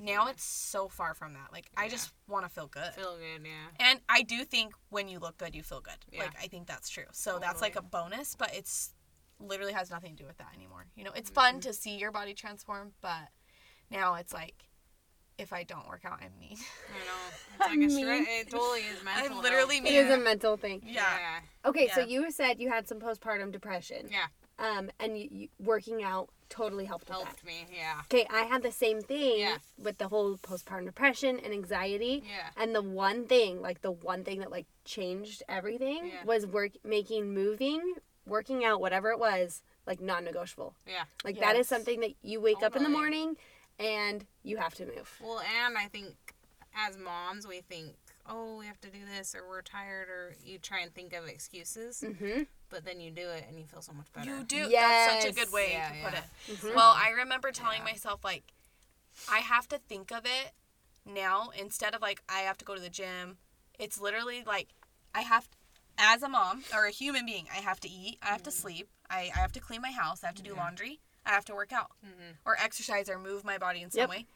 Speaker 3: now it's so far from that. Like I
Speaker 5: Yeah.
Speaker 3: just want to feel good.
Speaker 5: Feel good, yeah.
Speaker 3: And I do think when you look good, you feel good.
Speaker 5: Yeah.
Speaker 3: Like I think that's true. So that's
Speaker 5: Totally.
Speaker 3: like a bonus, but it's literally has nothing to do with that anymore. You know,
Speaker 5: Mm-hmm.
Speaker 3: it's fun to see your body transform, but now it's like if I don't work out, I'm mean.
Speaker 5: I
Speaker 4: *laughs*
Speaker 5: know. It's like a stress. It totally is mental.
Speaker 3: I'm
Speaker 5: though.
Speaker 3: literally
Speaker 4: It
Speaker 3: mean.
Speaker 4: is a mental thing.
Speaker 3: yeah.
Speaker 5: Yeah.
Speaker 4: Okay, so
Speaker 3: Yeah.
Speaker 4: you said you had some postpartum depression.
Speaker 5: Yeah.
Speaker 4: Um, and you, you, working out totally helped with that.
Speaker 5: Helped me. Yeah.
Speaker 4: Okay, I had the same thing
Speaker 5: Yeah.
Speaker 4: with the whole postpartum depression and anxiety.
Speaker 5: Yeah.
Speaker 4: And the one thing, like the one thing that like changed everything
Speaker 5: Yeah.
Speaker 4: was work making moving, working out, whatever it was, like non-negotiable.
Speaker 5: Yeah.
Speaker 4: Like that is
Speaker 3: Yes. Oh
Speaker 4: something that you wake up in the
Speaker 5: Totally.
Speaker 4: morning and you have to move.
Speaker 5: Well, and I think as moms, we think, oh, we have to do this, or we're tired, or you try and think of excuses,
Speaker 4: Mhm.
Speaker 5: but then you do it and you feel so much better. Mm-hmm.
Speaker 3: You do. That's such
Speaker 4: Yes.
Speaker 3: a good way
Speaker 5: Yeah,
Speaker 3: to put
Speaker 5: yeah.
Speaker 3: it. Well, I remember telling myself like, I have to think of it now instead of like I have to go to the gym. It's literally like I have, as a mom or a human being, I have to eat, I have
Speaker 5: Mm-hmm.
Speaker 3: to sleep, I, I have to clean my house, I have to do laundry, I have to work out
Speaker 5: Mm-hmm.
Speaker 3: or exercise or move my body in some
Speaker 4: Yep.
Speaker 3: way.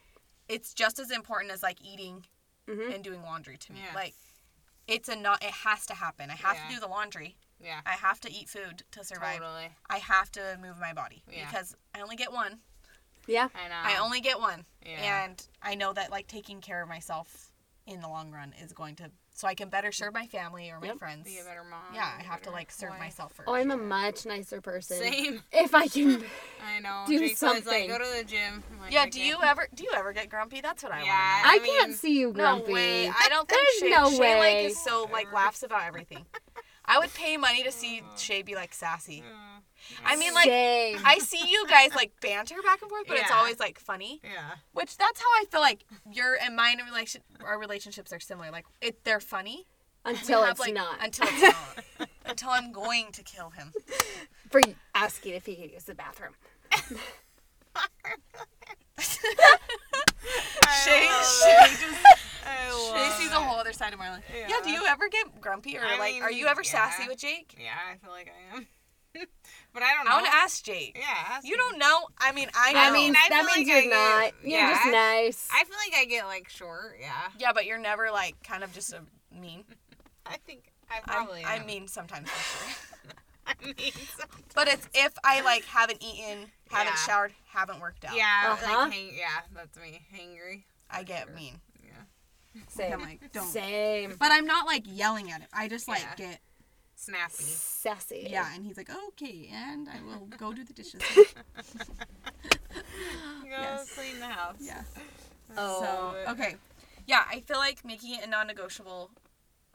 Speaker 3: It's just as important as like eating
Speaker 4: Mm-hmm.
Speaker 3: and doing laundry to me.
Speaker 5: Yeah.
Speaker 3: Like, it's a not. It has to happen. I have
Speaker 5: Yeah.
Speaker 3: to do the laundry.
Speaker 5: Yeah.
Speaker 3: I have to eat food to survive.
Speaker 5: Totally.
Speaker 3: I have to move my body
Speaker 5: Yeah.
Speaker 3: because I only get one.
Speaker 4: Yeah.
Speaker 5: I know.
Speaker 3: I only get one.
Speaker 5: Yeah.
Speaker 3: And I know that like taking care of myself in the long run is going to so I can better serve my family or my friends.
Speaker 5: be a better mom.
Speaker 3: yeah,
Speaker 5: be
Speaker 3: I
Speaker 5: a
Speaker 3: have to
Speaker 5: better
Speaker 3: like serve
Speaker 5: wife.
Speaker 3: myself first.
Speaker 4: Oh, I'm a much nicer person.
Speaker 5: Same.
Speaker 4: If I can *laughs*
Speaker 5: I know.
Speaker 4: Do
Speaker 5: Jake's always
Speaker 4: something.
Speaker 5: Like, go to the gym. I'm like,
Speaker 3: yeah,
Speaker 5: "I
Speaker 3: do
Speaker 5: can't."
Speaker 3: you uh, ever do you ever get grumpy? That's what *laughs* I
Speaker 5: Yeah.
Speaker 3: want.
Speaker 4: I,
Speaker 5: I
Speaker 4: can't
Speaker 5: mean,
Speaker 4: see you
Speaker 3: to know.
Speaker 4: *laughs* grumpy.
Speaker 3: No way.
Speaker 4: *laughs*
Speaker 3: I don't think
Speaker 4: There's
Speaker 3: Shay,
Speaker 4: no
Speaker 3: Shay
Speaker 4: way.
Speaker 3: like is so like laughs about everything. I would pay money to see
Speaker 5: Uh-huh.
Speaker 3: Shay be like sassy.
Speaker 5: Yeah.
Speaker 3: I mean like
Speaker 4: Same.
Speaker 3: *laughs* I see you guys like banter back and forth, but it's
Speaker 5: Yeah.
Speaker 3: always like funny. *laughs*
Speaker 5: Yeah.
Speaker 3: Which that's how I feel like your and mine relation our relationships are similar. Like it, they're funny We
Speaker 4: until
Speaker 3: have,
Speaker 4: it's
Speaker 3: like-
Speaker 4: not.
Speaker 3: Until it's not. until I'm going to kill
Speaker 5: *laughs*
Speaker 3: him.
Speaker 4: *laughs* for asking if he could use the bathroom.
Speaker 3: Shay, Shay,
Speaker 5: I
Speaker 3: Shay
Speaker 5: love
Speaker 3: sees a whole other side of my life. Yeah. Do you ever get grumpy or
Speaker 5: I
Speaker 3: like?
Speaker 5: mean,
Speaker 3: are you ever sassy
Speaker 5: yeah.
Speaker 3: with Jake?
Speaker 5: it. Yeah, I feel like I am. *laughs* but I don't know.
Speaker 3: I want to ask Jake.
Speaker 5: Yeah. ask
Speaker 3: You
Speaker 5: me.
Speaker 3: don't know. I mean, I know.
Speaker 4: I mean,
Speaker 5: I
Speaker 4: that
Speaker 5: feel
Speaker 4: means
Speaker 5: like
Speaker 4: you're
Speaker 5: I
Speaker 4: not.
Speaker 5: get-
Speaker 4: You're
Speaker 5: yeah,
Speaker 4: just
Speaker 5: I-
Speaker 4: nice.
Speaker 5: I feel like I get like short. Yeah.
Speaker 3: yeah, but you're never like kind of just a mean.
Speaker 5: I think I
Speaker 3: I'm,
Speaker 5: probably.
Speaker 3: I'm
Speaker 5: am.
Speaker 3: mean sometimes. For sure.
Speaker 5: *laughs* I mean,
Speaker 3: *laughs*
Speaker 5: so-
Speaker 3: But it's if I like haven't eaten, haven't
Speaker 5: Yeah.
Speaker 3: showered, haven't worked out.
Speaker 5: Yeah,
Speaker 4: Uh-huh.
Speaker 5: like hang- yeah, that's me. Hangry.
Speaker 3: I get mean.
Speaker 5: Yeah.
Speaker 4: Same.
Speaker 3: I'm like, don't.
Speaker 4: Same.
Speaker 3: But I'm not like yelling at him. I just like
Speaker 5: Yeah.
Speaker 3: get
Speaker 5: Snappy.
Speaker 4: Sassy.
Speaker 3: yeah, and he's like, okay, and I will go do the dishes. *laughs*
Speaker 5: Go clean the house.
Speaker 3: yeah.
Speaker 4: Oh.
Speaker 3: So okay, yeah, I feel like making it a non-negotiable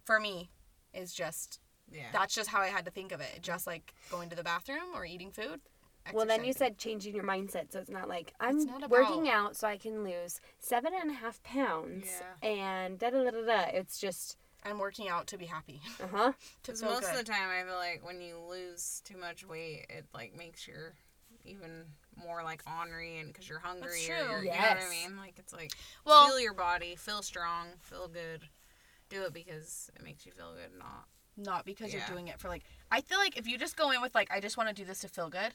Speaker 3: for me is just
Speaker 5: Yeah.
Speaker 3: that's just how I had to think of it. Just like going to the bathroom or eating food.
Speaker 4: Well, then you
Speaker 3: exercising.
Speaker 4: said changing your mindset, so it's not like I'm
Speaker 3: not
Speaker 4: working
Speaker 3: about-
Speaker 4: out so I can lose seven and a half pounds and da da da da da. It's just
Speaker 3: I'm working out to be happy. *laughs*
Speaker 4: uh huh.
Speaker 3: to
Speaker 5: Because
Speaker 3: feel
Speaker 5: most
Speaker 3: good.
Speaker 5: of the time, I feel like when you lose too much weight, it like makes you even more like ornery and because you're hungry.
Speaker 3: That's
Speaker 5: Or
Speaker 3: true.
Speaker 5: you're, You know what I
Speaker 4: Yes.
Speaker 5: mean? Like it's like
Speaker 3: Well-
Speaker 5: feel your body, feel strong, feel good. Do it because it makes you feel good, not
Speaker 3: Not because
Speaker 5: Yeah.
Speaker 3: you're doing it for like I feel like if you just go in with like I just want to do this to feel good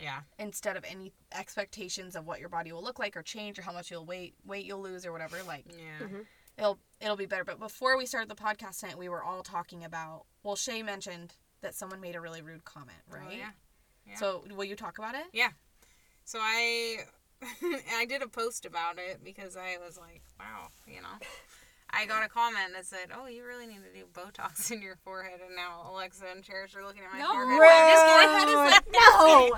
Speaker 5: yeah.
Speaker 3: instead of any expectations of what your body will look like or change or how much you'll weight weight you'll lose or whatever like
Speaker 5: Yeah.
Speaker 3: it'll it'll be better. But before we started the podcast tonight, we were all talking about. Well, Shay mentioned that someone made a really rude comment, right?
Speaker 5: Oh, yeah. yeah.
Speaker 3: So will you talk about it?
Speaker 5: Yeah. So I *laughs* I did a post about it because I was like, wow, you know. I got a comment that said, "Oh, you really need to do Botox *laughs* in your forehead." And now Alexa and Cherish are looking at my
Speaker 3: No,
Speaker 5: forehead.
Speaker 4: *laughs* No,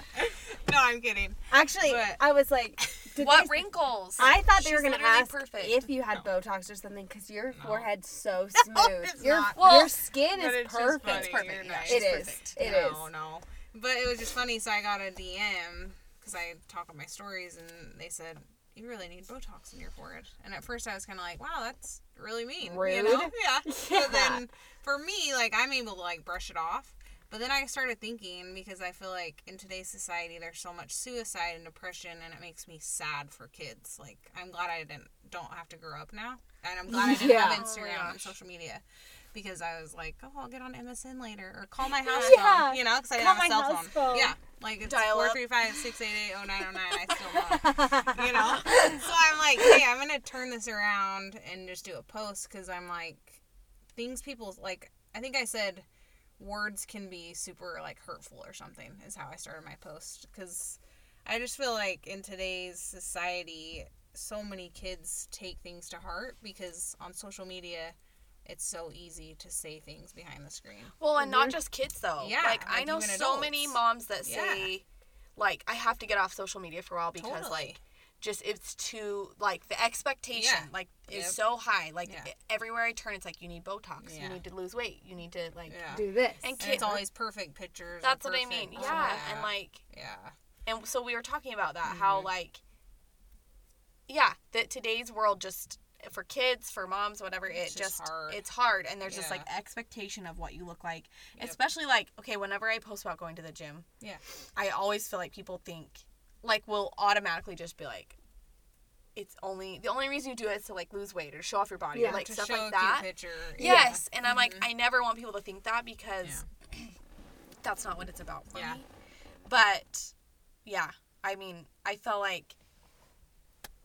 Speaker 5: No, I'm kidding.
Speaker 4: actually,
Speaker 5: But-
Speaker 4: I was like, did
Speaker 3: What
Speaker 4: they-
Speaker 3: wrinkles?
Speaker 4: I thought they
Speaker 3: She's
Speaker 4: were gonna
Speaker 3: literally
Speaker 4: ask
Speaker 3: perfect.
Speaker 4: if you had Botox or something because your forehead's so smooth.
Speaker 5: it's
Speaker 4: your
Speaker 5: not.
Speaker 4: your skin
Speaker 5: But
Speaker 4: is
Speaker 5: it's just
Speaker 4: perfect.
Speaker 5: funny.
Speaker 3: it's perfect.
Speaker 5: You're
Speaker 3: yeah,
Speaker 5: nice.
Speaker 3: she's
Speaker 4: It is.
Speaker 3: perfect.
Speaker 4: It
Speaker 5: no,
Speaker 4: is.
Speaker 5: no. But it was just funny. So I got a DM because I talk on my stories, and they said you really need Botox in your forehead. And at first, I was kind of like, "Wow, that's really mean." You know? *laughs*
Speaker 4: Rude. *laughs*
Speaker 5: Yeah. But then for me, like I'm able to like brush it off. But then I started thinking because I feel like in today's society there's so much suicide and depression and it makes me sad for kids. Like I'm glad I didn't don't have to grow up now. And I'm glad I didn't
Speaker 4: Yeah.
Speaker 5: have Instagram and social media because I was like, oh, I'll get on MSN later or
Speaker 4: *laughs*
Speaker 5: call my house
Speaker 4: Yeah.
Speaker 5: phone, you know, because I didn't
Speaker 4: Call
Speaker 5: have
Speaker 4: my
Speaker 5: a cell
Speaker 4: house
Speaker 5: phone.
Speaker 4: phone.
Speaker 5: Yeah, like it's
Speaker 3: Dial
Speaker 5: four
Speaker 3: up.
Speaker 5: three five six eight eight oh nine oh nine. I still don't, you
Speaker 3: *laughs*
Speaker 5: know. So I'm like, hey, I'm gonna turn this around and just do a post because I'm like, things people like. I think I said words can be super like hurtful or something is how I started my post because I just feel like in today's society, so many kids take things to heart because on social media, it's so easy to say things behind the screen.
Speaker 3: Well, and not just kids though.
Speaker 5: Yeah,
Speaker 3: Like I
Speaker 5: like
Speaker 3: know
Speaker 5: even
Speaker 3: so many
Speaker 5: adults.
Speaker 3: moms that
Speaker 5: Yeah.
Speaker 3: say, like, I have to get off social media for a while because
Speaker 5: Totally.
Speaker 3: like just it's too like the expectation
Speaker 5: Yeah.
Speaker 3: like is
Speaker 5: Yep.
Speaker 3: so high. Like
Speaker 5: Yeah.
Speaker 3: e- everywhere I turn it's like you need Botox,
Speaker 5: Yeah.
Speaker 3: you need to lose weight, you need to like
Speaker 5: Yeah.
Speaker 4: Do this.
Speaker 3: and
Speaker 5: And
Speaker 3: kids
Speaker 5: it's always perfect pictures. or
Speaker 3: that's what I mean.
Speaker 5: perfect-
Speaker 3: Yeah.
Speaker 5: yeah.
Speaker 3: And like
Speaker 5: yeah.
Speaker 3: and so we were talking about that how
Speaker 5: Mm-hmm.
Speaker 3: like yeah that today's world just for kids for moms whatever it
Speaker 5: just
Speaker 3: just,
Speaker 5: hard.
Speaker 3: it's hard and there's just
Speaker 5: Yeah.
Speaker 3: like expectation of what you look like especially like okay whenever i post about going to the gym
Speaker 5: Yeah.
Speaker 3: i always feel like people think like will automatically just be like it's only the only reason you do it is to like lose weight or show off your body
Speaker 4: Yeah.
Speaker 3: or like
Speaker 5: To
Speaker 3: stuff
Speaker 5: show a
Speaker 3: like
Speaker 5: cute
Speaker 3: that
Speaker 5: picture.
Speaker 3: yes and i'm like
Speaker 5: Mm-hmm.
Speaker 3: i never want people to think that because *clears throat* that's not what it's about for
Speaker 5: Yeah.
Speaker 3: me but yeah i mean i feel like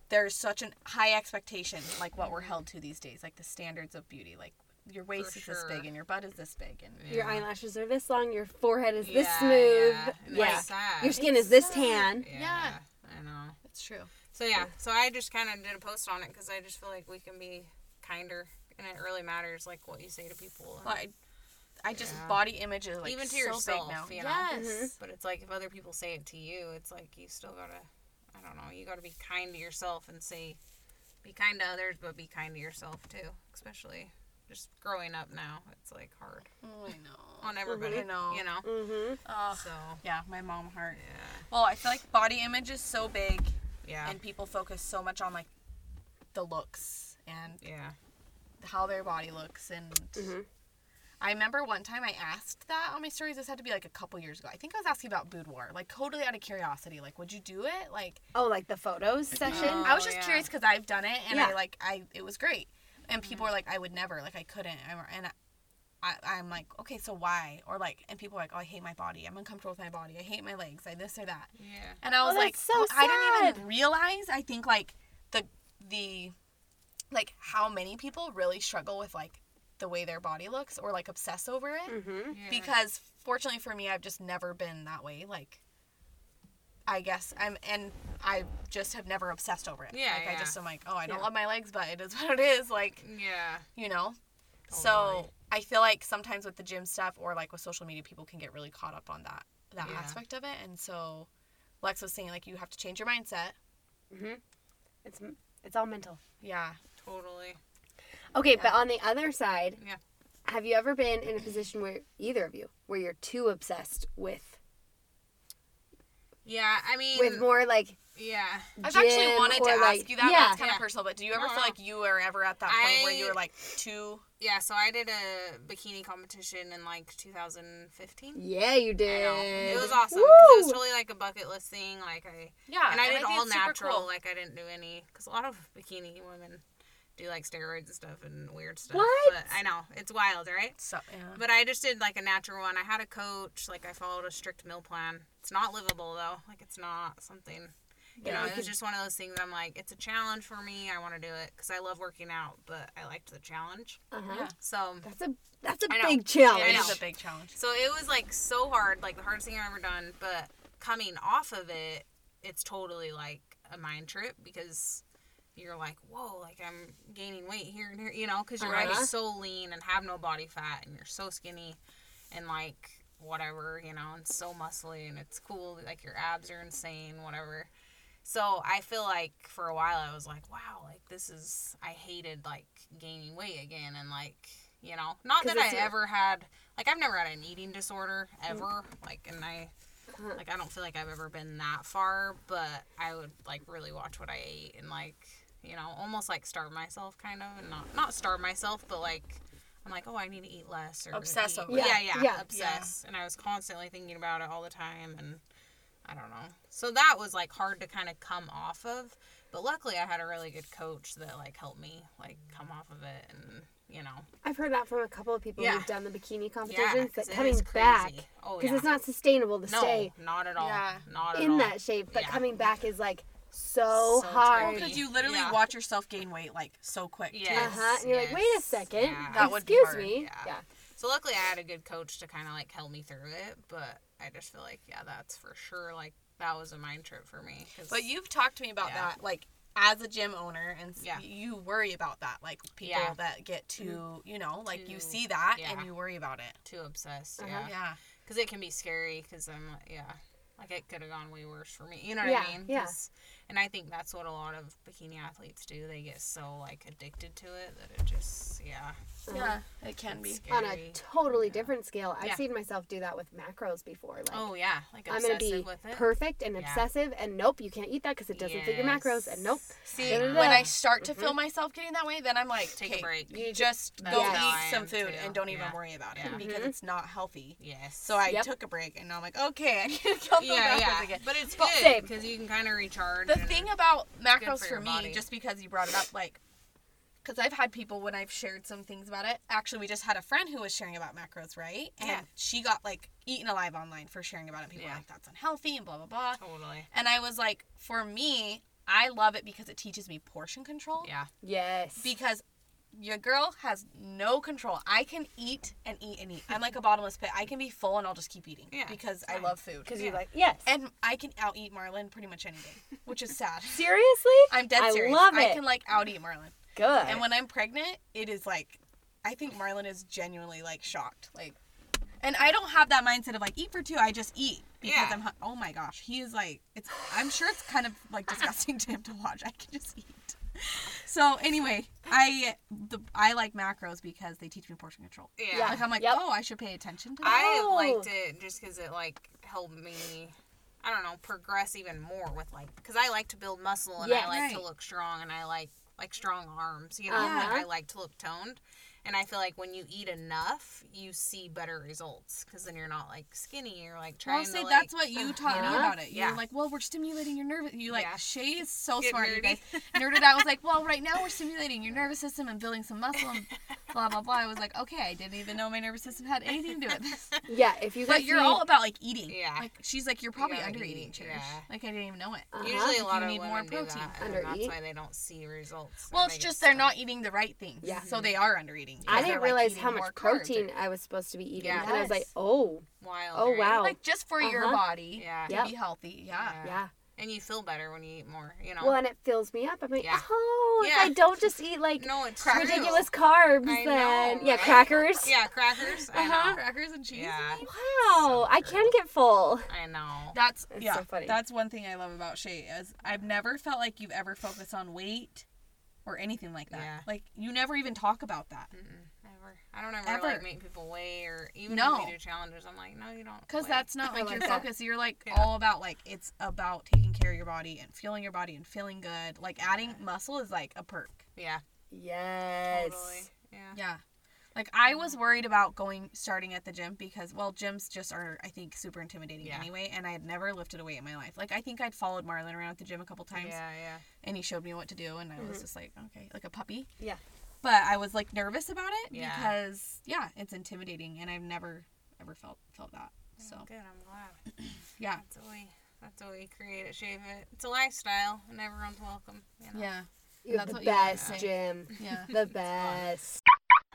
Speaker 3: there's such an high expectation like what we're held to these days like the standards of beauty like your waist is this
Speaker 5: sure.
Speaker 3: big and your butt is this big and
Speaker 4: Your eyelashes are this long. Your forehead is this
Speaker 5: Yeah,
Speaker 4: smooth.
Speaker 5: yeah. And
Speaker 4: Yeah.
Speaker 5: it's sad.
Speaker 4: Your skin is this tan.
Speaker 5: Yeah. I know.
Speaker 3: that's true
Speaker 5: So yeah, so I just kind of did a post on it because I just feel like we can be kinder, and it really matters like what you say to people, and
Speaker 3: Well, I, I just body image is like
Speaker 5: even to
Speaker 3: so
Speaker 5: yourself.
Speaker 3: big now
Speaker 5: You know?
Speaker 3: yes
Speaker 5: But it's like if other people say it to you, it's like you still gotta, I don't know, you gotta be kind to yourself and say, be kind to others, but be kind to yourself too, especially just growing up now. It's like hard
Speaker 3: oh, i know
Speaker 5: on everybody,
Speaker 3: I know.
Speaker 5: you know.
Speaker 3: Ugh.
Speaker 5: So
Speaker 3: yeah my mom heart
Speaker 5: yeah,
Speaker 3: well i feel like body image is so big
Speaker 5: yeah,
Speaker 3: and people focus so much on like the looks and
Speaker 5: yeah.
Speaker 3: how their body looks and I remember one time I asked that on my stories. This had to be like a couple years ago. I think I was asking about boudoir, like totally out of curiosity. Like, would you do it? Like,
Speaker 4: Oh, like the photos session.
Speaker 3: I was
Speaker 5: Oh,
Speaker 3: just
Speaker 5: yeah.
Speaker 3: curious because I've done it and I
Speaker 4: Yeah.
Speaker 3: like I it was great. And
Speaker 5: Mm-hmm.
Speaker 3: people were like, I would never, like I couldn't. I'm, and I, I'm like, okay, so why? Or like, and people were like, oh, I hate my body. I'm uncomfortable with my body. I hate my legs. I this or that.
Speaker 5: Yeah.
Speaker 3: And I was like,
Speaker 4: that's so
Speaker 3: "Oh, I didn't
Speaker 4: sad."
Speaker 3: even realize. I think like the the like how many people really struggle with like the way their body looks or like obsess over it
Speaker 5: Mm-hmm.
Speaker 4: Mm-hmm.
Speaker 3: because fortunately for me I've just never been that way like I guess I'm and I just have never obsessed over it.
Speaker 5: Yeah,
Speaker 3: Like I
Speaker 5: yeah.
Speaker 3: just am like, "Oh, I don't love my legs, but it is *laughs* what it is." Like
Speaker 5: Yeah.
Speaker 3: you
Speaker 5: Oh
Speaker 3: know? So I feel like sometimes with the gym stuff or like with social media, people can get really caught up on that that
Speaker 5: Yeah.
Speaker 3: aspect of it. And so Lex was saying like you have to change your mindset.
Speaker 4: It's it's all mental.
Speaker 3: Yeah.
Speaker 5: Totally.
Speaker 4: Okay, but on the other side,
Speaker 5: Yeah.
Speaker 4: have you ever been in a position where either of you, where you're too obsessed with,
Speaker 5: Yeah, I mean,
Speaker 4: with more like
Speaker 5: yeah.
Speaker 3: I've
Speaker 4: gym
Speaker 3: actually wanted to
Speaker 4: or, like-
Speaker 3: ask you that.
Speaker 4: Yeah.
Speaker 3: That's kind
Speaker 5: Yeah.
Speaker 3: of personal, but do you ever
Speaker 5: No,
Speaker 3: feel
Speaker 5: no.
Speaker 3: like you were ever at that point where you
Speaker 5: I-
Speaker 3: were like too?
Speaker 5: Yeah, so I did a bikini competition in like 2015.
Speaker 4: Yeah, you
Speaker 5: I
Speaker 4: did.
Speaker 5: know. It was awesome. 'cause It was totally like a bucket list thing. Like I
Speaker 3: Yeah,
Speaker 5: and I did
Speaker 3: think
Speaker 5: all
Speaker 3: it's super
Speaker 5: natural.
Speaker 3: cool.
Speaker 5: Like I didn't do any because a lot of bikini women do like steroids and stuff and weird stuff.
Speaker 4: What?
Speaker 5: But I know it's wild, right?
Speaker 3: So, yeah.
Speaker 5: But I just did like a natural one. I had a coach. Like I followed a strict meal plan. It's not livable though. Like it's not something. You know, it was just one of those things. I'm like, it's a challenge for me. I want to do it because I love working out, but I liked the challenge.
Speaker 4: Uh-huh.
Speaker 5: So
Speaker 4: That's a that's a
Speaker 5: I know.
Speaker 4: big challenge.
Speaker 5: I
Speaker 3: It
Speaker 5: know.
Speaker 3: is a big challenge.
Speaker 5: So it was like so hard, like the hardest thing I've ever done. But coming off of it, it's totally like a mind trip because you're like, whoa, like I'm gaining weight here and here, you know, because you're already
Speaker 4: Uh-huh.
Speaker 5: so lean and have no body fat and you're so skinny and like whatever, you know, and so muscly and it's cool. Like your abs are insane, whatever. So I feel like for a while I was like, wow, like this is I hated like gaining weight again and like you know not
Speaker 4: 'Cause
Speaker 5: that
Speaker 4: it's
Speaker 5: I
Speaker 4: your-
Speaker 5: ever had like I've never had an eating disorder ever like and I like I don't feel like I've ever been that far but I would like really watch what I ate and like you know almost like starve myself kind of and not not starve myself but like I'm like oh I need to eat less or
Speaker 3: Obsess
Speaker 5: eat-
Speaker 3: over
Speaker 5: yeah,
Speaker 4: it.
Speaker 5: yeah
Speaker 4: Yeah. Yeah.
Speaker 5: obsess and I was constantly thinking about it all the time and I don't know. So that was like hard to kind of come off of. But luckily, I had a really good coach that like helped me like come off of it, and you know,
Speaker 4: I've heard that from a couple of people
Speaker 5: Yeah.
Speaker 4: who've done the bikini competitions.
Speaker 5: yeah, 'cause
Speaker 4: that
Speaker 5: it
Speaker 4: coming
Speaker 5: is
Speaker 4: back,
Speaker 5: crazy. Oh
Speaker 4: because
Speaker 5: yeah,
Speaker 4: it's not sustainable to
Speaker 5: no,
Speaker 4: stay
Speaker 5: not at all,
Speaker 3: Yeah.
Speaker 5: not at
Speaker 4: in
Speaker 5: all.
Speaker 4: that shape, but
Speaker 5: Yeah.
Speaker 4: coming back is like so,
Speaker 5: So
Speaker 4: hard.
Speaker 5: tricky.
Speaker 3: Because you literally
Speaker 5: Yeah.
Speaker 3: watch yourself gain weight like so quick. too.
Speaker 5: Yes.
Speaker 4: Uh huh. And you're like, wait a
Speaker 5: yes,
Speaker 4: second.
Speaker 5: yeah.
Speaker 3: That would be
Speaker 4: Excuse
Speaker 3: hard,
Speaker 4: me.
Speaker 5: yeah.
Speaker 4: Yeah.
Speaker 5: So luckily, I had a good coach to kind of like help me through it. But I just feel like yeah, that's for sure. Like that was a mind trip for me. 'cause-
Speaker 3: But you've talked to me about
Speaker 5: Yeah.
Speaker 3: that, like as a gym owner, and s
Speaker 5: Yeah.
Speaker 3: you worry about that, like people
Speaker 5: Yeah.
Speaker 3: that get too, you know, like you
Speaker 5: Too-
Speaker 3: see that
Speaker 5: yeah.
Speaker 3: and you worry about it.
Speaker 5: too obsessed.
Speaker 4: Uh-huh.
Speaker 5: Yeah.
Speaker 3: Yeah,
Speaker 5: because it can be scary because i'm like, yeah like it could have gone way worse for me you know what
Speaker 4: Yeah,
Speaker 5: i mean
Speaker 4: yeah.
Speaker 5: 'Cause- and i think that's what a lot of bikini athletes do they get so like addicted to it that it just yeah
Speaker 3: yeah, it can be.
Speaker 5: scary.
Speaker 4: On a totally different scale, I've
Speaker 5: Yeah.
Speaker 4: seen myself do that with macros before. Like,
Speaker 5: oh yeah like
Speaker 4: I'm
Speaker 5: obsessive
Speaker 4: gonna be
Speaker 5: with it
Speaker 4: perfect and
Speaker 5: Yeah.
Speaker 4: obsessive, and nope, you can't eat that because it doesn't fit your macros, and nope.
Speaker 5: Yes.
Speaker 3: See,
Speaker 5: Yeah.
Speaker 3: when I start to feel myself getting that way, then I'm like,
Speaker 5: Mm-hmm. Take a
Speaker 3: "Okay,
Speaker 5: break." You
Speaker 3: Just
Speaker 5: That's
Speaker 3: go
Speaker 4: how
Speaker 5: I
Speaker 3: eat some
Speaker 5: am,
Speaker 3: food
Speaker 5: too.
Speaker 3: and don't even
Speaker 5: Yeah.
Speaker 3: worry about it
Speaker 5: Yeah.
Speaker 3: because it's not healthy.
Speaker 5: yes
Speaker 3: So I
Speaker 4: Yep.
Speaker 3: took a break and now I'm like, okay, *laughs* I need to go
Speaker 5: yeah yeah
Speaker 3: again.
Speaker 5: but it's
Speaker 4: Same.
Speaker 5: good because you can kind of recharge
Speaker 3: the
Speaker 5: and-
Speaker 3: thing about macros
Speaker 5: for
Speaker 3: for,
Speaker 5: your
Speaker 3: me,
Speaker 5: body.
Speaker 3: just because you brought it up, like, because I've had people when I've shared some things about it. Actually, we just had a friend who was sharing about macros, right? And
Speaker 5: Yeah.
Speaker 3: she got like eaten alive online for sharing about it. People
Speaker 5: Yeah.
Speaker 3: were like, that's unhealthy and blah, blah, blah.
Speaker 5: totally
Speaker 3: And I was like, for me, I love it because it teaches me portion control.
Speaker 5: yeah
Speaker 4: Yes.
Speaker 3: Because your girl has no control. I can eat and eat and eat. I'm like a bottomless pit. I can be full and I'll just keep eating
Speaker 5: Yeah,
Speaker 3: because
Speaker 5: it's
Speaker 3: I
Speaker 5: fine.
Speaker 3: love food.
Speaker 4: Because you're like, yes.
Speaker 3: And I can out eat Marlin pretty much any day, which is
Speaker 5: *laughs*
Speaker 3: sad.
Speaker 4: seriously?
Speaker 3: I'm dead
Speaker 4: I
Speaker 3: serious.
Speaker 4: love
Speaker 3: I
Speaker 4: it.
Speaker 3: can like out eat Marlon.
Speaker 4: Good.
Speaker 3: And when I'm pregnant, it is like I think Marlon is genuinely like shocked. Like and I don't have that mindset of like eat for two, I just eat. Because
Speaker 5: Yeah.
Speaker 3: I'm hu- oh my gosh. He is like it's I'm sure it's kind of
Speaker 5: *laughs*
Speaker 3: like disgusting to him to watch. I can just eat. So anyway, I the, I like macros because they teach me portion control.
Speaker 5: yeah,
Speaker 4: Yeah.
Speaker 3: Like I'm like,
Speaker 4: Yep.
Speaker 3: oh, I should pay attention to that.
Speaker 5: I
Speaker 4: Oh.
Speaker 5: liked it just because it like helped me. I don't know, progress even more with like because I like to build muscle and
Speaker 4: Yeah.
Speaker 5: I like to
Speaker 3: Right.
Speaker 5: look strong and I like like strong arms. You know,
Speaker 4: Uh-huh.
Speaker 5: like I like to look toned. And I feel like when you eat enough, you see better results because then you're not like skinny. You're like trying
Speaker 3: Well, say
Speaker 5: to like,
Speaker 3: that's what you taught me
Speaker 4: Yeah.
Speaker 3: about it. You're
Speaker 5: Yeah.
Speaker 3: like, well, we're stimulating your nervous. You like
Speaker 5: Yeah.
Speaker 3: Shay is so
Speaker 5: Get
Speaker 3: smart. You
Speaker 5: nerdy.
Speaker 3: guys
Speaker 5: *laughs*
Speaker 3: nerded out. I was like, well, right now we're stimulating your nervous system and building some muscle
Speaker 5: *laughs*
Speaker 3: and blah blah blah. I was like, okay, I didn't even know my nervous system had anything to do with
Speaker 5: *laughs*
Speaker 3: this.
Speaker 4: yeah, if you guys
Speaker 3: But you're
Speaker 4: need-
Speaker 3: all about like eating.
Speaker 5: Yeah.
Speaker 3: Like she's like, you're probably
Speaker 5: gotta
Speaker 3: under eating.
Speaker 5: eat,
Speaker 3: Cherish.
Speaker 5: yeah.
Speaker 3: Like I didn't even know it.
Speaker 4: uh-huh.
Speaker 5: usually
Speaker 3: you
Speaker 5: a lot of
Speaker 3: need
Speaker 5: women
Speaker 3: more
Speaker 5: do
Speaker 3: protein.
Speaker 5: that, and
Speaker 4: Under
Speaker 5: that's
Speaker 4: eat.
Speaker 5: why they don't see results. or
Speaker 3: Well, it's
Speaker 5: they get
Speaker 3: just they're
Speaker 5: stuck.
Speaker 3: not eating the right things.
Speaker 4: Yeah.
Speaker 3: So
Speaker 5: Mm-hmm.
Speaker 3: they are under
Speaker 4: I
Speaker 3: eating. because
Speaker 4: didn't
Speaker 3: they're, like,
Speaker 4: realize
Speaker 3: eating
Speaker 4: how
Speaker 3: more
Speaker 4: much
Speaker 3: carbs or-
Speaker 4: protein I was supposed to be eating.
Speaker 5: Yeah.
Speaker 4: And I was like,
Speaker 3: Yes.
Speaker 4: oh,
Speaker 5: wild.
Speaker 4: oh,
Speaker 5: right?
Speaker 4: wow.
Speaker 3: Like just for your
Speaker 4: Uh-huh.
Speaker 3: body
Speaker 5: Yeah.
Speaker 3: to
Speaker 4: Yep.
Speaker 3: be healthy. Yeah.
Speaker 5: Yeah.
Speaker 4: yeah.
Speaker 5: And you feel better when you eat more. You know.
Speaker 4: Well, and it fills me up. I'm like,
Speaker 5: Yeah.
Speaker 4: oh,
Speaker 5: Yeah.
Speaker 4: if I don't just eat like
Speaker 5: no, it's true.
Speaker 4: ridiculous carbs,
Speaker 5: I know,
Speaker 4: then yeah,
Speaker 5: right?
Speaker 4: crackers.
Speaker 5: Yeah, crackers. I
Speaker 3: Uh-huh.
Speaker 5: know.
Speaker 3: Crackers and cheese.
Speaker 5: Yeah,
Speaker 4: Wow, I can get full.
Speaker 5: I know.
Speaker 3: That's
Speaker 4: It's
Speaker 3: yeah.
Speaker 4: so funny.
Speaker 3: That's one thing I love about Shay is I've never felt like you've ever focused on weight or anything like that.
Speaker 5: Yeah.
Speaker 3: Like you never even talk about that.
Speaker 5: Never. I don't ever, like
Speaker 3: Ever.
Speaker 5: make people wait or even
Speaker 3: No.
Speaker 5: if we do challenges, I'm like, no, you don't.
Speaker 3: Because
Speaker 5: weigh."
Speaker 3: that's not like, your
Speaker 4: that.
Speaker 3: focus. You're like
Speaker 5: Yeah.
Speaker 3: all about like it's about taking care of your body and fueling your body and feeling good. Like adding muscle is like a perk.
Speaker 5: yeah,
Speaker 4: Yes.
Speaker 5: totally. Yeah.
Speaker 3: Yeah. Like I was worried about going starting at the gym because well gyms just are I think super intimidating
Speaker 5: Yeah.
Speaker 3: anyway and I had never lifted a weight in my life. Like I think I'd followed Marlon around at the gym a couple times
Speaker 5: Yeah, yeah.
Speaker 3: and he showed me what to do and I was just like okay like a puppy.
Speaker 4: Yeah.
Speaker 3: But I was like nervous about it
Speaker 5: Yeah.
Speaker 3: because yeah it's intimidating and I've never ever felt felt that. So
Speaker 5: Good, I'm glad.
Speaker 3: yeah.
Speaker 5: That's what we that's what we create at Shave It. It's a lifestyle and everyone's welcome. You know?
Speaker 3: Yeah.
Speaker 4: You have
Speaker 3: That's
Speaker 4: the
Speaker 3: what you wanna
Speaker 4: best,
Speaker 3: say.
Speaker 4: Jim.
Speaker 3: *laughs* Yeah.
Speaker 4: The best.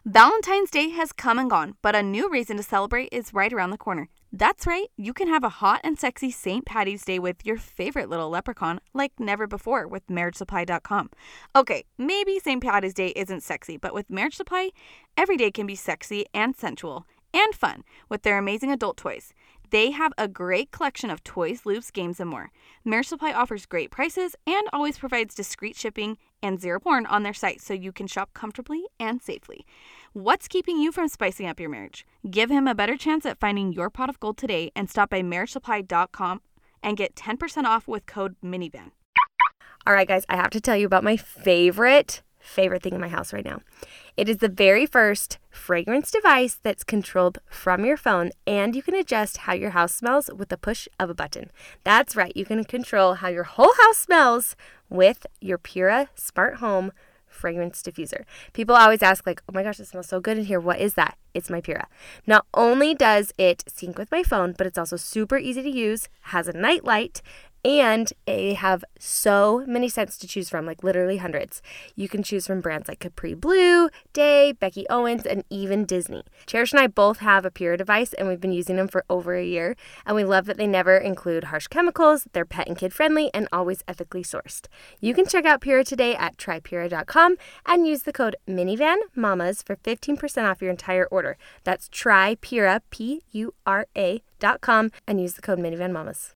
Speaker 1: Valentine's Day has come and gone, but a new reason to celebrate is right around the corner. That's right, you can have a hot and sexy St. Patty's Day with your favorite little leprechaun like never before with MarriageSupply.com. Okay, maybe St. Patty's Day isn't sexy, but with Marriage Supply, every day can be sexy and sensual and fun with their amazing adult toys. They have a great collection of toys, loops, games, and more. Marriage Supply offers great prices and always provides discreet shipping and zero porn on their site so you can shop comfortably and safely. What's keeping you from spicing up your marriage? Give him a better chance at finding your pot of gold today and stop by marriagesupply.com and get 10% off with code MINIVAN.
Speaker 2: All right, guys, I have to tell you about my favorite, favorite thing in my house right now. It is the very first fragrance device that's controlled from your phone, and you can adjust how your house smells with the push of a button. That's right, you can control how your whole house smells with your Pura Smart Home fragrance diffuser. People always ask, like, oh my gosh, it smells so good in here. What is that? It's my Pura. Not only does it sync with my phone, but it's also super easy to use, has a night light, and they have so many scents to choose from, like literally hundreds. You can choose from brands like Capri Blue, Day, Becky Owens, and even Disney. Cherish and I both have a Pura device, and we've been using them for over a year. And we love that they never include harsh chemicals, they're pet and kid friendly, and always ethically sourced. You can check out Pura today at trypura.com and use the code MinivanMamas for 15% off your entire order. That's trypura, P U R A, dot com, and use the code MinivanMamas.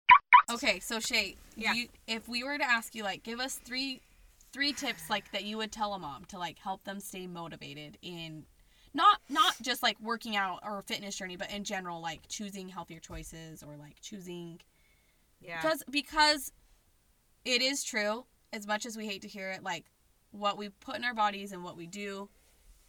Speaker 3: Okay, so Shay,
Speaker 5: Yeah.
Speaker 3: you, if we were to ask you, like, give us three, three tips, like that you would tell a mom to like help them stay motivated in, not not just like working out or fitness journey, but in general, like choosing healthier choices or like choosing
Speaker 5: Yeah.
Speaker 3: because because it is true. As much as we hate to hear it, like what we put in our bodies and what we do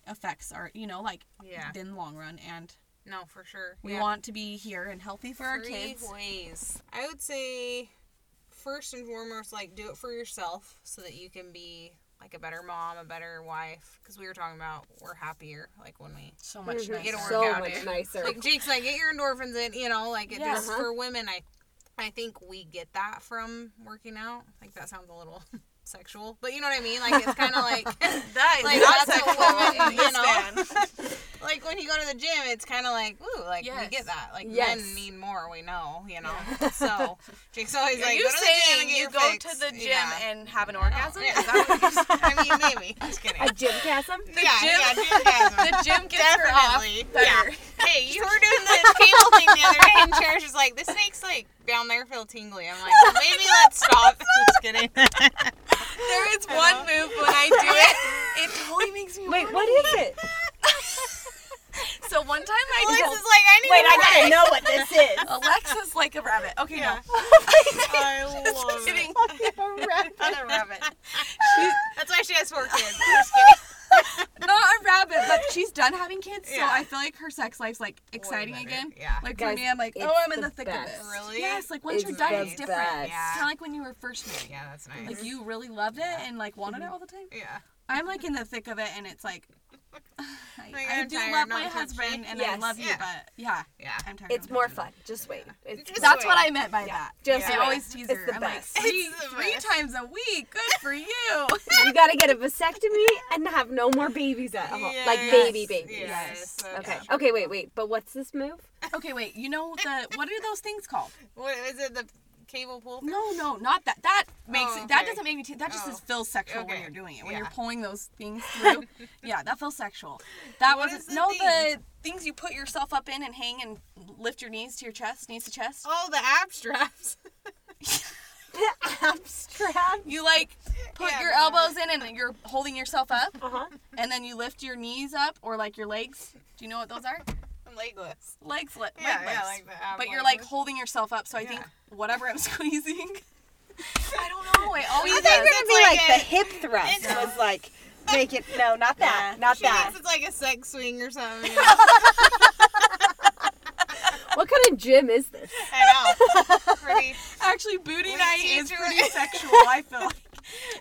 Speaker 3: affects our, you know, like
Speaker 5: Yeah.
Speaker 3: in the long run. And
Speaker 5: No, for sure.
Speaker 3: we
Speaker 5: Yeah.
Speaker 3: want to be here and healthy for our
Speaker 5: Three
Speaker 3: kids.
Speaker 5: ways. I would say first and foremost, like do it for yourself so that you can be like a better mom, a better wife. Because we were talking about we're happier like when we
Speaker 3: So much nicer.
Speaker 5: get a
Speaker 4: Mm-hmm. So
Speaker 5: workout
Speaker 4: much
Speaker 5: in.
Speaker 4: nicer.
Speaker 5: Like Jake's like get your endorphins in. You know, like it
Speaker 3: Yeah.
Speaker 5: just for women. I I think we get that from working out. Like that sounds a little *laughs* sexual, but you know what I mean. Like it's kind of like *laughs*
Speaker 3: That is
Speaker 5: like that's what women, you know. like when you go to the gym, it's kind of like, ooh, like we
Speaker 3: Yes.
Speaker 5: get that. Like
Speaker 4: Yes.
Speaker 5: men need more. We know, you know. So Jake's always
Speaker 3: Are
Speaker 5: like,
Speaker 3: you
Speaker 5: go to the gym and
Speaker 3: saying
Speaker 5: get
Speaker 3: you
Speaker 5: your
Speaker 3: go
Speaker 5: fix.
Speaker 3: to the gym
Speaker 5: yeah. Oh,
Speaker 3: and have an orgasm?
Speaker 5: Yeah.
Speaker 3: Is *laughs* that what you're saying?
Speaker 5: *laughs* I mean, maybe. I'm Just
Speaker 3: *laughs*
Speaker 5: kidding.
Speaker 4: A gym chasm?
Speaker 5: yeah,
Speaker 3: gym-
Speaker 5: yeah, gym gasm.
Speaker 3: the gym gets
Speaker 5: Definitely.
Speaker 3: her off better. *laughs*
Speaker 5: Hey, you were doing the cable thing the other day, and Cherish is like, "The snake's like down there feel tingly." I'm like,
Speaker 3: *laughs*
Speaker 5: well, "Maybe let's stop." Just *laughs* kidding.
Speaker 3: There is one move when I do it, it totally makes me
Speaker 4: Wait, what is it?
Speaker 3: So one time
Speaker 5: Alexis
Speaker 3: I
Speaker 5: is like, "I need
Speaker 4: Wait,
Speaker 5: to
Speaker 4: I
Speaker 5: relax."
Speaker 4: gotta know what *laughs* this is.
Speaker 3: did Alexa's like a rabbit. Okay,
Speaker 5: Yeah.
Speaker 3: *laughs*
Speaker 5: I love
Speaker 3: no.
Speaker 5: it. *laughs*
Speaker 3: Kidding. Not a rabbit.
Speaker 5: That's why she has four kids. Just kidding.
Speaker 3: *laughs* Not a rabbit, but she's done having kids, so
Speaker 5: Yeah.
Speaker 3: I feel like her sex life's like exciting
Speaker 5: better.
Speaker 3: again.
Speaker 5: Yeah.
Speaker 3: Like for
Speaker 4: Guys,
Speaker 3: me, I'm like, oh,
Speaker 4: it's
Speaker 3: I'm in
Speaker 4: the
Speaker 3: the, thick
Speaker 4: best.
Speaker 3: of it.
Speaker 5: Really?
Speaker 3: Yes. Like once
Speaker 4: It's
Speaker 3: you're done,
Speaker 4: the
Speaker 3: it's different.
Speaker 4: best.
Speaker 5: Yeah.
Speaker 3: Kind of like when you were first married.
Speaker 5: Yeah, that's nice.
Speaker 3: Like you really loved it and like wanted it
Speaker 5: Mm-hmm.
Speaker 3: all the time.
Speaker 5: yeah.
Speaker 3: I'm like in the thick of it, and it's like, *sighs* I,
Speaker 5: Like,
Speaker 3: I
Speaker 5: I'm
Speaker 3: do
Speaker 5: tired,
Speaker 3: love
Speaker 5: not
Speaker 3: my
Speaker 5: touchy.
Speaker 3: husband, and I
Speaker 4: Yes.
Speaker 3: love you,
Speaker 5: Yeah.
Speaker 3: but yeah,
Speaker 5: Yeah.
Speaker 3: I'm tired.
Speaker 4: It's
Speaker 3: of him.
Speaker 4: more fun. Just wait. It's
Speaker 5: Just
Speaker 3: That's
Speaker 5: wait.
Speaker 3: what I meant by that.
Speaker 4: Just
Speaker 3: I
Speaker 4: wait.
Speaker 3: always tease
Speaker 4: It's
Speaker 3: her.
Speaker 4: the
Speaker 3: I'm
Speaker 4: best.
Speaker 3: like three,
Speaker 5: It's the
Speaker 3: three
Speaker 5: best.
Speaker 3: times a week. Good for
Speaker 5: *laughs*
Speaker 3: you.
Speaker 4: you gotta get a
Speaker 3: *laughs*
Speaker 4: vasectomy and have no more babies at home. Like baby babies.
Speaker 5: Yes. yes.
Speaker 4: Okay. Okay, wait, wait. But what's this move?
Speaker 3: okay, wait. You know the what are those things called?
Speaker 5: What is it? The cable pull?
Speaker 3: No, no, not that. That makes
Speaker 5: Oh,
Speaker 3: it, that
Speaker 5: okay.
Speaker 3: doesn't make me. T- that just
Speaker 5: Oh.
Speaker 3: is feels sexual when
Speaker 5: Okay.
Speaker 3: you're doing it. When
Speaker 5: Yeah.
Speaker 3: you're pulling those things
Speaker 5: *laughs*
Speaker 3: through, yeah, that feels sexual. That
Speaker 5: What
Speaker 3: wasn't
Speaker 5: is the
Speaker 3: no
Speaker 5: thing?
Speaker 3: the things you put yourself up in and
Speaker 5: *laughs*
Speaker 3: hang and lift your knees to your chest, knees to chest.
Speaker 5: Oh, the ab straps.
Speaker 4: abstract.
Speaker 3: You like put
Speaker 5: Yeah.
Speaker 3: your elbows in and you're holding yourself up,
Speaker 4: Uh-huh.
Speaker 3: and then you lift your knees up or like your legs. Do you know what those are?
Speaker 5: Legless.
Speaker 3: Legs, li-
Speaker 5: Yeah,
Speaker 3: leg
Speaker 5: yeah,
Speaker 3: lifts.
Speaker 5: like the ab
Speaker 3: but you're
Speaker 5: leg
Speaker 3: like
Speaker 5: lift.
Speaker 3: holding yourself up. So I think
Speaker 5: Yeah.
Speaker 3: whatever I'm *laughs*
Speaker 5: *laughs*
Speaker 3: squeezing, I don't know. I always
Speaker 4: I think
Speaker 3: does.
Speaker 4: gonna be like,
Speaker 5: like
Speaker 4: the hip thrust
Speaker 5: it's-
Speaker 4: was like make it no, not that, not
Speaker 5: She
Speaker 4: that.
Speaker 5: thinks it's like a sex swing or
Speaker 3: *laughs*
Speaker 5: something.
Speaker 4: What kind of gym is this?
Speaker 5: I know.
Speaker 3: *laughs*
Speaker 5: Pretty.
Speaker 3: Actually, booty
Speaker 5: We
Speaker 3: night
Speaker 5: teach
Speaker 3: is
Speaker 5: you-
Speaker 3: pretty sexual.
Speaker 5: *laughs*
Speaker 3: I feel like.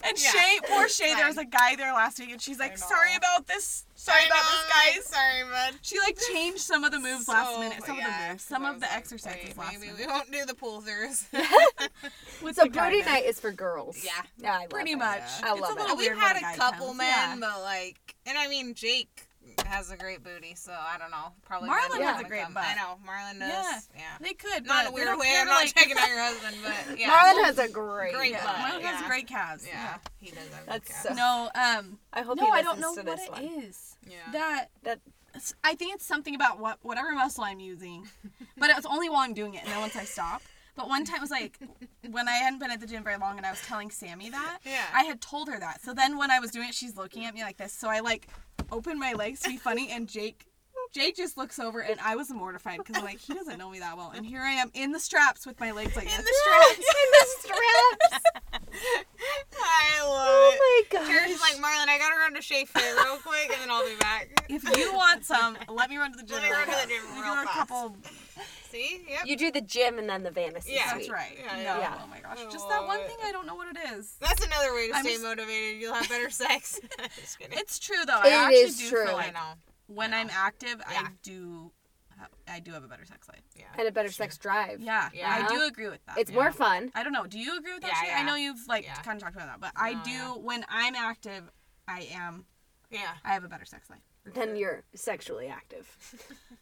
Speaker 3: And
Speaker 5: Yeah.
Speaker 3: Shay, poor Shay, there was a guy there last week, and she's like, "Sorry about this. Sorry
Speaker 5: I
Speaker 3: about
Speaker 5: know,
Speaker 3: this, guys."
Speaker 5: Sorry, bud.
Speaker 3: She like changed some of the moves last
Speaker 5: So,
Speaker 3: minute. Some of
Speaker 5: yeah,
Speaker 3: the moves,
Speaker 5: 'cause
Speaker 3: some
Speaker 5: I
Speaker 3: of
Speaker 5: was
Speaker 3: the
Speaker 5: like,
Speaker 3: exercises
Speaker 5: wait,
Speaker 3: last
Speaker 5: Maybe we
Speaker 3: minute.
Speaker 5: won't do the pull throughs. *laughs*
Speaker 3: *laughs* With
Speaker 4: So
Speaker 3: the guy
Speaker 4: booty
Speaker 3: there.
Speaker 4: night is for girls.
Speaker 5: Yeah.
Speaker 4: Yeah, I love
Speaker 3: pretty
Speaker 4: it.
Speaker 3: much.
Speaker 4: I love
Speaker 3: it's a
Speaker 4: it.
Speaker 3: little
Speaker 5: We've
Speaker 3: weird
Speaker 5: had
Speaker 3: when
Speaker 5: a
Speaker 3: guy
Speaker 5: couple
Speaker 3: comes. Yeah.
Speaker 5: men, but like, and I mean Jake has a great booty, so I don't know. Probably
Speaker 3: Marlon
Speaker 5: men
Speaker 4: has
Speaker 5: wanna
Speaker 3: a great
Speaker 5: come.
Speaker 3: butt.
Speaker 5: I know Marlon does.
Speaker 3: Yeah.
Speaker 5: Yeah,
Speaker 3: They could,
Speaker 5: not
Speaker 3: but
Speaker 5: in a
Speaker 3: they
Speaker 5: weird
Speaker 3: don't
Speaker 5: way.
Speaker 3: care
Speaker 5: I'm
Speaker 3: to,
Speaker 5: not
Speaker 3: like- *laughs*
Speaker 5: checking out your husband, but yeah,
Speaker 4: Marlon has a great.
Speaker 5: great
Speaker 3: Yeah,
Speaker 5: butt.
Speaker 3: Marlon
Speaker 5: yeah.
Speaker 3: has great calves.
Speaker 5: Yeah, he does have
Speaker 4: That's so-
Speaker 5: good calves.
Speaker 3: No, um,
Speaker 4: I hope
Speaker 3: no,
Speaker 4: he
Speaker 3: I
Speaker 4: listens
Speaker 3: don't know
Speaker 4: to
Speaker 3: what
Speaker 4: this
Speaker 3: it
Speaker 4: one.
Speaker 3: is.
Speaker 5: Yeah.
Speaker 3: That
Speaker 4: That
Speaker 3: it's- I think it's something about what whatever muscle I'm
Speaker 5: *laughs*
Speaker 3: using, but it's only while I'm doing it, and then once I stop. But one time it was like when I hadn't been at the gym very long, and I was telling Sammy that.
Speaker 5: Yeah.
Speaker 3: I had told her that. So then when I was doing it, she's looking at me like this. So I like open my legs to be funny, and Jake. Jake just looks over and I was mortified because I'm like, he doesn't know me that well. And here I am in the straps with my legs like *laughs* this.
Speaker 5: I love it.
Speaker 4: Oh my
Speaker 5: Church
Speaker 4: gosh.
Speaker 5: is like Marlon. I gotta run to Shea Fair real quick, and then I'll be back.
Speaker 3: *laughs* If you want some, let me run to the gym.
Speaker 5: Let me run to
Speaker 3: real
Speaker 5: the gym
Speaker 3: fast. We
Speaker 5: real
Speaker 3: do a
Speaker 5: fast.
Speaker 3: couple.
Speaker 5: *laughs* See? Yep.
Speaker 4: You do the gym and then the fantasy
Speaker 5: Yeah,
Speaker 4: suite.
Speaker 3: That's right.
Speaker 5: Yeah,
Speaker 3: no.
Speaker 5: yeah,
Speaker 4: yeah.
Speaker 3: Oh my gosh.
Speaker 5: I
Speaker 3: Just that
Speaker 5: love
Speaker 3: one
Speaker 5: it.
Speaker 3: thing. I don't know what it is.
Speaker 5: That's another way to
Speaker 3: I'm
Speaker 5: stay
Speaker 3: just-
Speaker 5: motivated. You'll have better *laughs* sex. Just kidding.
Speaker 3: It's true though.
Speaker 4: It
Speaker 3: I actually
Speaker 4: is
Speaker 3: do
Speaker 4: true.
Speaker 3: feel
Speaker 5: I
Speaker 3: like
Speaker 5: know.
Speaker 3: when I'm active, I
Speaker 5: Yeah.
Speaker 3: do, ha- I do have a better sex life.
Speaker 5: Yeah.
Speaker 4: And a better sex drive.
Speaker 3: Yeah,
Speaker 5: Yeah.
Speaker 3: I do agree with that.
Speaker 4: It's more fun.
Speaker 3: I don't know. Do you agree with that?
Speaker 5: Yeah,
Speaker 3: Shay? I
Speaker 5: yeah.
Speaker 3: know you've like
Speaker 5: Yeah.
Speaker 3: kind of talked about that, but I
Speaker 5: No,
Speaker 3: do
Speaker 5: yeah.
Speaker 3: when I'm active, I am.
Speaker 5: Yeah. *laughs*
Speaker 3: I have a better sex life.
Speaker 4: Then you're sexually active.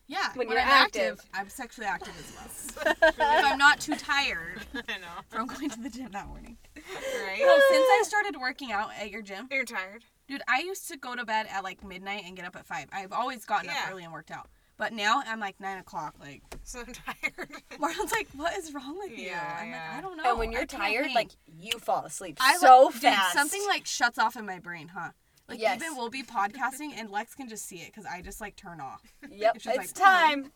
Speaker 3: Yeah,
Speaker 4: When you're
Speaker 3: I'm active,
Speaker 4: active.
Speaker 3: I'm sexually active as
Speaker 4: *laughs*
Speaker 3: well. if I'm not too tired
Speaker 5: I know.
Speaker 3: from going to the gym that morning. No,
Speaker 5: Right?
Speaker 3: since I started working out at your gym,
Speaker 5: You're tired.
Speaker 3: Dude, I used to go to bed at like midnight and get up at five. I've always gotten
Speaker 5: Yeah.
Speaker 3: up early and worked out. But now I'm like nine o'clock. Like
Speaker 5: So tired.
Speaker 3: Marlon's like, "What is wrong with you?"
Speaker 5: Yeah,
Speaker 3: I'm
Speaker 5: yeah.
Speaker 3: like, "I don't know."
Speaker 4: and when
Speaker 3: I
Speaker 4: you're
Speaker 3: can't
Speaker 4: tired,
Speaker 3: hang."
Speaker 4: like you fall asleep
Speaker 3: I, like-
Speaker 4: so
Speaker 3: dude,
Speaker 4: fast.
Speaker 3: something like shuts off in my brain, huh? Like
Speaker 4: Yes.
Speaker 3: even we'll be podcasting and Lex can just see it because I just like turn
Speaker 5: *laughs*
Speaker 3: off.
Speaker 4: yep,
Speaker 3: it's
Speaker 4: it's
Speaker 3: just like,
Speaker 4: time.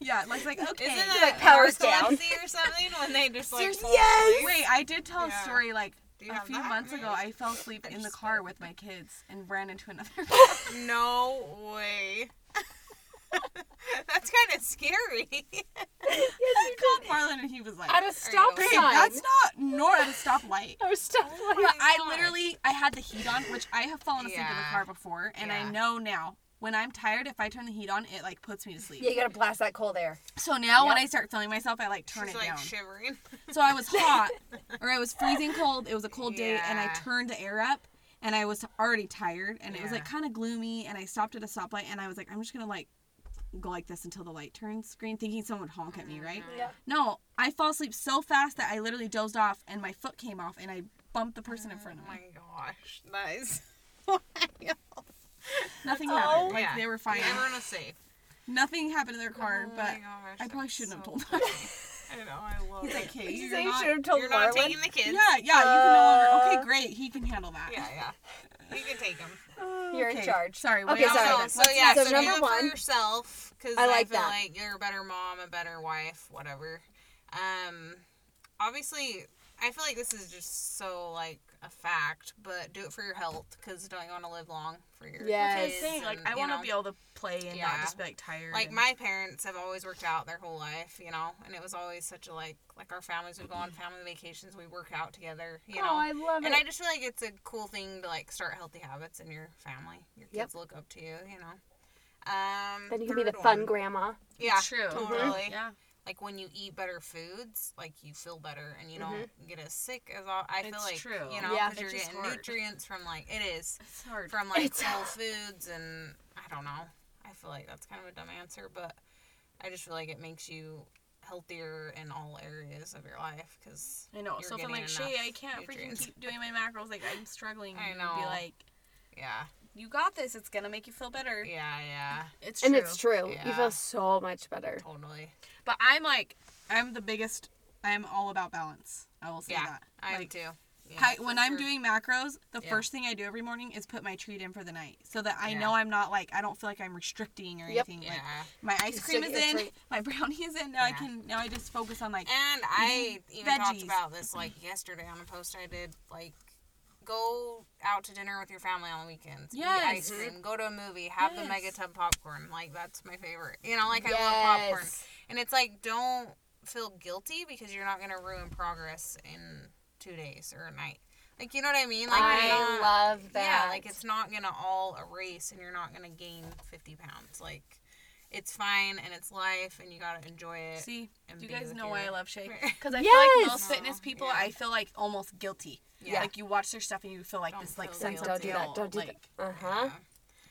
Speaker 3: Yeah, Lex like okay.
Speaker 5: Isn't
Speaker 4: Like
Speaker 5: that
Speaker 4: powers
Speaker 5: Mars
Speaker 4: down.
Speaker 5: Galaxy or something when they just like
Speaker 3: Seriously.
Speaker 4: Yes.
Speaker 3: Wait, I did tell
Speaker 5: Yeah.
Speaker 3: a story like
Speaker 5: Do you
Speaker 3: a
Speaker 5: have
Speaker 3: few
Speaker 5: that?
Speaker 3: months ago. I fell asleep in the car with my kids and ran into
Speaker 5: *laughs*
Speaker 3: another. *laughs*
Speaker 5: No way. *laughs* That's kind of scary.
Speaker 3: I called Marlon and he was like,
Speaker 4: At a stop
Speaker 5: There
Speaker 3: "Babe,
Speaker 5: you
Speaker 4: sign.
Speaker 3: that's not nor at a stoplight."
Speaker 4: Or *laughs*
Speaker 3: *laughs*
Speaker 4: stop
Speaker 5: Oh
Speaker 4: like
Speaker 5: my
Speaker 3: But I
Speaker 5: gosh.
Speaker 3: literally I had the heat on, which I have fallen asleep in the
Speaker 5: Yeah.
Speaker 3: car before, and I
Speaker 5: Yeah.
Speaker 3: know now when I'm tired, if I turn the heat on, it like puts me to sleep.
Speaker 4: Yeah, you gotta blast that cold air.
Speaker 3: So now when
Speaker 4: Yep.
Speaker 3: I start feeling myself, I like turn
Speaker 5: She's
Speaker 3: it
Speaker 5: like
Speaker 3: down.
Speaker 5: *laughs* shivering.
Speaker 3: So I was
Speaker 5: *laughs*
Speaker 3: hot, or I was freezing cold. It was a cold day, and I
Speaker 5: Yeah.
Speaker 3: turned the air up, and I was already tired, and it was like
Speaker 5: Yeah.
Speaker 3: kind of gloomy, and I stopped at a stoplight, and I was like, I'm just gonna like go like this until the light turns green, thinking someone would honk at me, right?
Speaker 5: Mm-hmm.
Speaker 4: Yep.
Speaker 3: No, I fall asleep so fast that I literally dozed off, and my foot came off, and I bumped the person in front of
Speaker 5: Oh
Speaker 3: me.
Speaker 5: my gosh. That is.
Speaker 3: Nothing happened. Like
Speaker 5: Yeah.
Speaker 3: they were fine.
Speaker 5: Everyone was safe.
Speaker 3: Nothing happened to their car,
Speaker 5: Oh
Speaker 3: but
Speaker 5: my gosh,
Speaker 3: I probably
Speaker 5: that's
Speaker 3: shouldn't have
Speaker 5: so
Speaker 3: told them.
Speaker 5: *laughs* I know. I love
Speaker 3: He's
Speaker 5: it.
Speaker 3: *laughs* like, "Okay,
Speaker 4: you
Speaker 3: you're
Speaker 4: say you
Speaker 3: not- Uh,
Speaker 4: should have told
Speaker 5: You're not
Speaker 4: Marlon?
Speaker 5: taking the kids.
Speaker 3: Yeah, yeah, you can no longer. Okay, great. He can handle that.
Speaker 5: Yeah, yeah. You can take them.
Speaker 4: You're in
Speaker 3: Okay,
Speaker 4: charge.
Speaker 3: Sorry.
Speaker 4: Okay,
Speaker 3: wait,
Speaker 5: No,
Speaker 4: sorry.
Speaker 5: no,
Speaker 3: wait,
Speaker 5: So
Speaker 3: what's
Speaker 5: yeah,
Speaker 3: next?
Speaker 5: so,
Speaker 4: So
Speaker 5: do
Speaker 4: number
Speaker 5: it for
Speaker 4: one-
Speaker 5: yourself because
Speaker 4: I
Speaker 5: I,
Speaker 4: like
Speaker 5: feel
Speaker 4: that.
Speaker 5: like you're a better mom, a better wife, whatever. Um, obviously, I feel like this is just so like a fact, but do it for your health because don't you want to live long for your
Speaker 4: Yes.
Speaker 5: kids?
Speaker 4: That's
Speaker 3: Like
Speaker 5: and,
Speaker 3: I
Speaker 5: you
Speaker 3: want to
Speaker 5: know.
Speaker 3: be able to play and not
Speaker 5: Yeah.
Speaker 3: just be like tired.
Speaker 5: Like
Speaker 3: and-
Speaker 5: my parents have always worked out their whole life, you know, and it was always such a like like our families would go on family vacations, we work out together, you know.
Speaker 4: Oh, I love
Speaker 5: and
Speaker 4: it.
Speaker 5: I just feel like it's a cool thing to like start healthy habits in your family. Your
Speaker 4: Yep.
Speaker 5: kids look up to you, you know. Um,
Speaker 4: then Mm-hmm. you can be the
Speaker 5: third
Speaker 4: fun
Speaker 5: one.
Speaker 4: grandma.
Speaker 5: Yeah,
Speaker 3: True.
Speaker 5: Totally.
Speaker 3: Yeah.
Speaker 5: Like when you eat better foods, like you feel better and you don't get as sick as all. I feel
Speaker 3: It's
Speaker 5: like
Speaker 3: true.
Speaker 5: you know
Speaker 4: Mm-hmm. Yeah.
Speaker 5: because
Speaker 3: It
Speaker 5: you're
Speaker 3: just
Speaker 5: getting
Speaker 3: hard.
Speaker 5: nutrients from like it is
Speaker 3: It's hard.
Speaker 5: from like
Speaker 4: It's *laughs*
Speaker 5: whole foods and I don't know. I feel like that's kind of a dumb answer, but I just feel like it makes you healthier in all areas of your life because
Speaker 3: I know.
Speaker 5: you're
Speaker 3: so if I'm
Speaker 5: getting
Speaker 3: like, Shay,
Speaker 5: enough
Speaker 3: I can't freaking
Speaker 5: nutrients.
Speaker 3: keep doing my macros. Like I'm struggling.
Speaker 5: I
Speaker 3: you'd Be
Speaker 5: know.
Speaker 3: like,
Speaker 5: yeah,
Speaker 3: you got this. It's gonna make you feel better.
Speaker 5: yeah, yeah,
Speaker 3: It's
Speaker 4: And it's true. You
Speaker 5: Yeah.
Speaker 4: feel so much better.
Speaker 5: totally.
Speaker 3: But I'm like, I'm the biggest I am all about balance. I will say
Speaker 5: Yeah,
Speaker 3: that.
Speaker 5: I am
Speaker 3: Like,
Speaker 5: too. Yeah.
Speaker 3: I, when I'm doing macros, the
Speaker 5: Yeah.
Speaker 3: first thing I do every morning is put my treat in for the night, so that I
Speaker 5: Yeah.
Speaker 3: know I'm not like I don't feel like I'm restricting or
Speaker 4: Yep.
Speaker 3: anything. Like
Speaker 5: yeah.
Speaker 3: my ice cream
Speaker 4: still
Speaker 3: is
Speaker 4: get your
Speaker 3: in,
Speaker 4: treat.
Speaker 3: my *laughs* brownie is in. Now I
Speaker 5: Yeah.
Speaker 3: can now I just focus on like
Speaker 5: And I even talked
Speaker 3: veggies.
Speaker 5: about this like yesterday on a post I did. Like, go out to dinner with your family on the weekends. Eat ice
Speaker 3: Yes.
Speaker 5: cream. Go to a movie. Have the mega
Speaker 3: Yes.
Speaker 5: tub popcorn. Like that's my favorite. You know, like I love popcorn.
Speaker 4: Yes.
Speaker 5: And it's like don't feel guilty because you're not gonna ruin progress in two days or a night. Like you know what I mean? Like you're
Speaker 4: I
Speaker 5: not-
Speaker 4: love that.
Speaker 5: yeah, like it's not gonna all erase and you're not gonna gain fifty pounds. Like it's fine and it's life and you gotta enjoy it.
Speaker 3: see.
Speaker 5: and
Speaker 3: Do you
Speaker 5: be
Speaker 3: guys
Speaker 5: with
Speaker 3: know why I
Speaker 5: your-
Speaker 3: love
Speaker 5: *laughs*
Speaker 3: Shay? *laughs* Because I feel
Speaker 2: Yes.
Speaker 3: like most fitness people,
Speaker 5: yeah.
Speaker 3: I feel like almost guilty.
Speaker 5: Yeah.
Speaker 3: Like you watch their stuff and you feel like
Speaker 5: Don't
Speaker 3: this like
Speaker 5: feel
Speaker 3: sense
Speaker 5: guilty.
Speaker 3: of
Speaker 5: Don't do that,
Speaker 3: guilt,
Speaker 4: don't do that.
Speaker 3: like
Speaker 4: Uh huh.
Speaker 3: for
Speaker 5: Yeah. I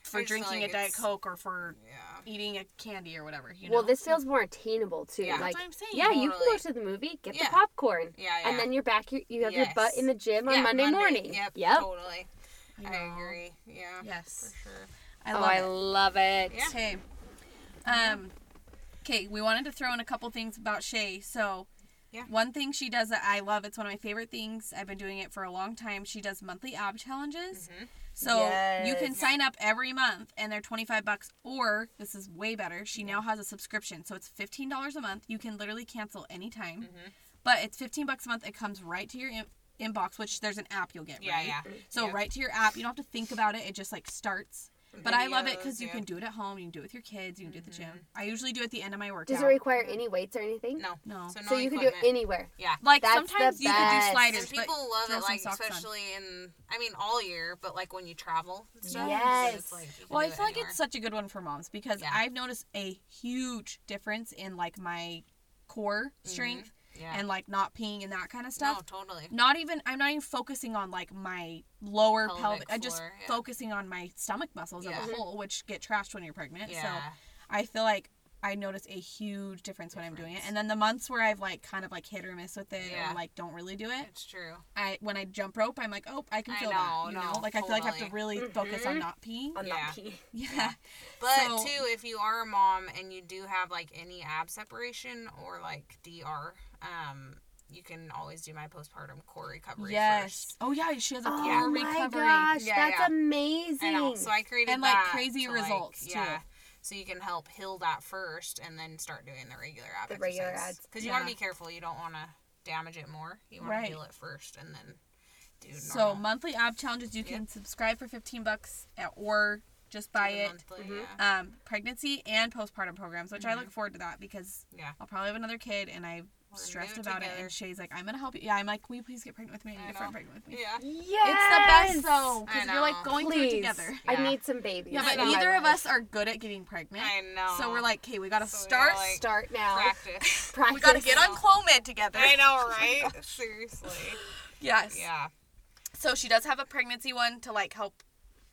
Speaker 5: just feel
Speaker 3: drinking
Speaker 5: like
Speaker 3: a diet
Speaker 5: it's-
Speaker 3: coke or for
Speaker 5: Yeah.
Speaker 3: eating a candy or whatever. You know?
Speaker 4: Well, this feels more attainable too.
Speaker 5: Yeah.
Speaker 4: like,
Speaker 3: That's what I'm saying.
Speaker 4: yeah, you can go
Speaker 5: Totally.
Speaker 4: to the movie, get
Speaker 5: Yeah.
Speaker 4: the popcorn,
Speaker 5: Yeah, yeah.
Speaker 4: and then you're back. You, you have your butt
Speaker 5: Yes.
Speaker 4: in the gym on
Speaker 5: Yeah,
Speaker 4: Monday, morning.
Speaker 5: Yep.
Speaker 4: Yep.
Speaker 5: Totally.
Speaker 3: You
Speaker 5: I
Speaker 3: know?
Speaker 5: agree. Yeah.
Speaker 3: Yes,
Speaker 5: For sure.
Speaker 3: I
Speaker 4: oh,
Speaker 3: love
Speaker 4: I
Speaker 3: it.
Speaker 4: love it.
Speaker 5: Yeah.
Speaker 3: Okay. Um, okay, we wanted to throw in a couple things about Shay. So,
Speaker 5: Yeah.
Speaker 3: one thing she does that I love, it's one of my favorite things. I've been doing it for a long time. She does monthly ab challenges.
Speaker 5: Mm-hmm.
Speaker 3: So, you can
Speaker 4: Yes.
Speaker 3: sign up every month and they're 25 bucks or this is way better. She now has a subscription. So, it's $15 a month. You can literally cancel anytime.
Speaker 5: Mm-hmm.
Speaker 3: But it's 15 bucks a month. It comes right to your in- inbox, which there's an app you'll get,
Speaker 5: Yeah,
Speaker 3: right?
Speaker 5: yeah.
Speaker 3: So
Speaker 5: Yeah.
Speaker 3: right to your app. You don't have to think about it. It just like starts. But I love it because
Speaker 5: Videos,
Speaker 3: you
Speaker 5: yeah. Mm-hmm.
Speaker 3: can do it at home. You can do it with your kids. You can do it at the gym. I usually do it at the end of my workout.
Speaker 4: Does it require any weights or anything?
Speaker 5: No.
Speaker 3: No.
Speaker 5: So, no
Speaker 4: So you can do it
Speaker 5: equipment.
Speaker 4: anywhere.
Speaker 5: Yeah.
Speaker 3: like
Speaker 4: That's the
Speaker 3: sometimes you can do
Speaker 4: best.
Speaker 3: sliders.
Speaker 5: And people
Speaker 3: but
Speaker 5: love
Speaker 3: throw
Speaker 5: it,
Speaker 3: some
Speaker 5: like
Speaker 3: socks on.
Speaker 5: especially in I mean all year, but like when you travel and stuff.
Speaker 4: Yes.
Speaker 5: It's like, you can
Speaker 3: Well, I
Speaker 5: do it
Speaker 3: feel like
Speaker 5: anywhere.
Speaker 3: it's such a good one for moms because
Speaker 5: Yeah.
Speaker 3: I've noticed a huge difference in like my core strength
Speaker 5: Mm-hmm. yeah.
Speaker 3: and like not peeing and that kind of
Speaker 5: no,
Speaker 3: stuff.
Speaker 5: totally.
Speaker 3: Not even I'm not even focusing on like my lower pelvic.
Speaker 5: Pelvic
Speaker 3: I'm just
Speaker 5: floor, yeah.
Speaker 3: focusing on my stomach muscles
Speaker 5: Yeah.
Speaker 3: as a whole, which get trashed when you're pregnant. So
Speaker 5: Yeah.
Speaker 3: I feel like I notice a huge difference when I'm doing it. And then the months where I've like kind of like hit or miss with it
Speaker 5: Yeah.
Speaker 3: or like don't really do it,
Speaker 5: It's true.
Speaker 3: I when I jump rope, I'm like, oh, I can
Speaker 5: I
Speaker 3: feel that.
Speaker 5: know,
Speaker 3: You
Speaker 5: no,
Speaker 3: know, like I feel like I have to
Speaker 5: totally. Mm-hmm.
Speaker 3: really focus on not peeing.
Speaker 2: On
Speaker 5: Yeah.
Speaker 2: that pee.
Speaker 3: Yeah. *laughs*
Speaker 5: But
Speaker 3: So-
Speaker 5: too, if you are a mom and you do have like any ab separation or like DR, um, you can always do my postpartum core recovery
Speaker 3: Yes.
Speaker 5: first.
Speaker 3: Oh yeah, she has a
Speaker 4: Oh
Speaker 3: core
Speaker 4: my
Speaker 3: recovery.
Speaker 4: gosh,
Speaker 5: Yeah,
Speaker 4: that's
Speaker 5: yeah.
Speaker 4: amazing.
Speaker 5: I know. So I created
Speaker 3: And, like,
Speaker 5: that
Speaker 3: crazy
Speaker 5: to,
Speaker 3: results, too.
Speaker 5: Yeah. So you can help heal that first, and then start doing the regular ab.
Speaker 4: The regular abs.
Speaker 5: Because you want
Speaker 3: Yeah.
Speaker 5: to be careful. You don't want to damage it more. You want
Speaker 3: Right.
Speaker 5: to heal it first, and then do normal.
Speaker 3: So monthly ab challenges, you can subscribe for 15 bucks at, or just buy
Speaker 5: the
Speaker 3: it.
Speaker 5: monthly,
Speaker 4: Mm-hmm.
Speaker 5: yeah.
Speaker 3: Um, pregnancy and postpartum programs, which I look forward to that because
Speaker 5: Yeah.
Speaker 3: I'll probably have another kid and I.
Speaker 5: We're gonna Mm-hmm. do
Speaker 3: Stressed
Speaker 5: it
Speaker 3: about it,
Speaker 5: together.
Speaker 3: and Shay's like, "I'm gonna help you." Yeah, I'm like, "Will you please get pregnant with me? I
Speaker 5: I
Speaker 3: need to
Speaker 5: know.
Speaker 3: get pregnant with me."
Speaker 5: Yeah.
Speaker 4: yes!
Speaker 3: It's the best though,
Speaker 5: I
Speaker 3: because you're like
Speaker 5: know.
Speaker 3: going through it
Speaker 4: Please.
Speaker 3: together.
Speaker 4: I
Speaker 5: Yeah.
Speaker 4: need some babies.
Speaker 3: Yeah, but
Speaker 5: know.
Speaker 4: in my
Speaker 3: neither of
Speaker 4: life.
Speaker 3: us are good at getting pregnant.
Speaker 5: I know.
Speaker 3: So we're like, okay, we gotta
Speaker 5: So we gotta,
Speaker 3: start.
Speaker 5: like,
Speaker 4: start now.
Speaker 3: *laughs*
Speaker 5: practice.
Speaker 4: Practice.
Speaker 3: we gotta get on Clomid together.
Speaker 5: I know, right? Seriously.
Speaker 3: *laughs* Yes.
Speaker 5: Yeah.
Speaker 3: So she does have a pregnancy one to like help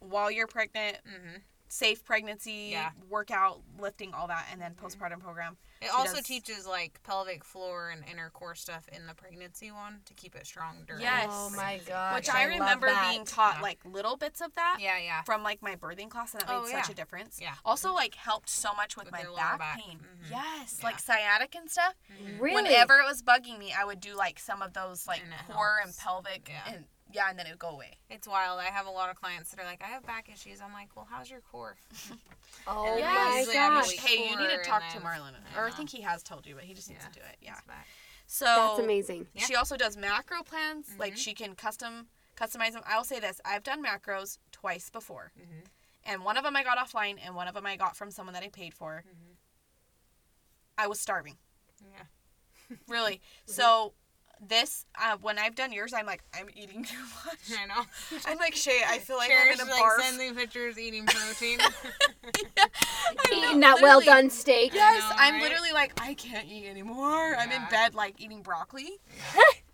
Speaker 3: while you're pregnant,
Speaker 5: Mhm.
Speaker 3: safe pregnancy,
Speaker 5: Yeah.
Speaker 3: workout, lifting, all that, and then postpartum program.
Speaker 5: It
Speaker 3: She
Speaker 5: also
Speaker 3: does-
Speaker 5: teaches like pelvic floor and inner core stuff in the pregnancy one to keep it strong during.
Speaker 3: Yes.
Speaker 4: Oh my gosh.
Speaker 3: Which I,
Speaker 4: love
Speaker 3: remember
Speaker 4: that.
Speaker 3: being taught like little bits of that.
Speaker 5: Yeah, yeah.
Speaker 3: From like my birthing class, and that made
Speaker 5: Oh,
Speaker 3: such
Speaker 5: yeah.
Speaker 3: a difference.
Speaker 5: Yeah.
Speaker 3: Also, like helped so much with,
Speaker 5: With
Speaker 3: my
Speaker 5: your
Speaker 3: back, Mm-hmm.
Speaker 5: lower back.
Speaker 3: pain.
Speaker 5: Mhm.
Speaker 3: Yes,
Speaker 5: Yeah.
Speaker 3: like sciatic and stuff.
Speaker 4: Really?
Speaker 3: Whenever it was bugging me, I would do like some of those like
Speaker 5: And it
Speaker 3: core
Speaker 5: helps.
Speaker 3: and pelvic
Speaker 5: Yeah.
Speaker 3: and yeah, and then it would go away.
Speaker 5: It's wild. I have a lot of clients that are like, I have back issues. I'm like, well, how's your core?
Speaker 4: Oh
Speaker 5: Yes.
Speaker 4: my
Speaker 5: Usually I'm
Speaker 4: gosh.
Speaker 5: really-
Speaker 3: Hey, you need
Speaker 5: core
Speaker 3: to talk
Speaker 5: and
Speaker 3: to
Speaker 5: then-
Speaker 3: Marlon.
Speaker 5: I
Speaker 3: Or I
Speaker 5: know.
Speaker 3: think he has told you, but he just needs
Speaker 5: Yeah.
Speaker 3: to do it. Yeah.
Speaker 5: It's back.
Speaker 3: So
Speaker 4: That's amazing.
Speaker 5: Yeah. Mm-hmm.
Speaker 3: She also does macro plans. Like she can custom customize them. I'll say this: I've done macros twice before,
Speaker 5: Mm-hmm.
Speaker 3: and one of them I got offline, and one of them I got from someone that I paid for.
Speaker 5: Mm-hmm.
Speaker 3: I was starving,
Speaker 5: Yeah. *laughs*
Speaker 3: really.
Speaker 5: Mm-hmm.
Speaker 3: So this, uh, when I've done yours, I'm like, I'm eating too *laughs* much.
Speaker 5: I know.
Speaker 3: I'm like Shay. I feel like
Speaker 5: Cherish
Speaker 3: I'm
Speaker 5: like
Speaker 3: gonna barf.
Speaker 5: sending pictures
Speaker 3: *laughs*
Speaker 5: eating protein. *laughs*
Speaker 4: Eating that well
Speaker 3: literally.
Speaker 4: done steak.
Speaker 3: *laughs* Yes,
Speaker 5: know,
Speaker 3: I'm
Speaker 5: right?
Speaker 3: literally like, I can't eat anymore. I'm in
Speaker 5: Yeah.
Speaker 3: bed like eating broccoli.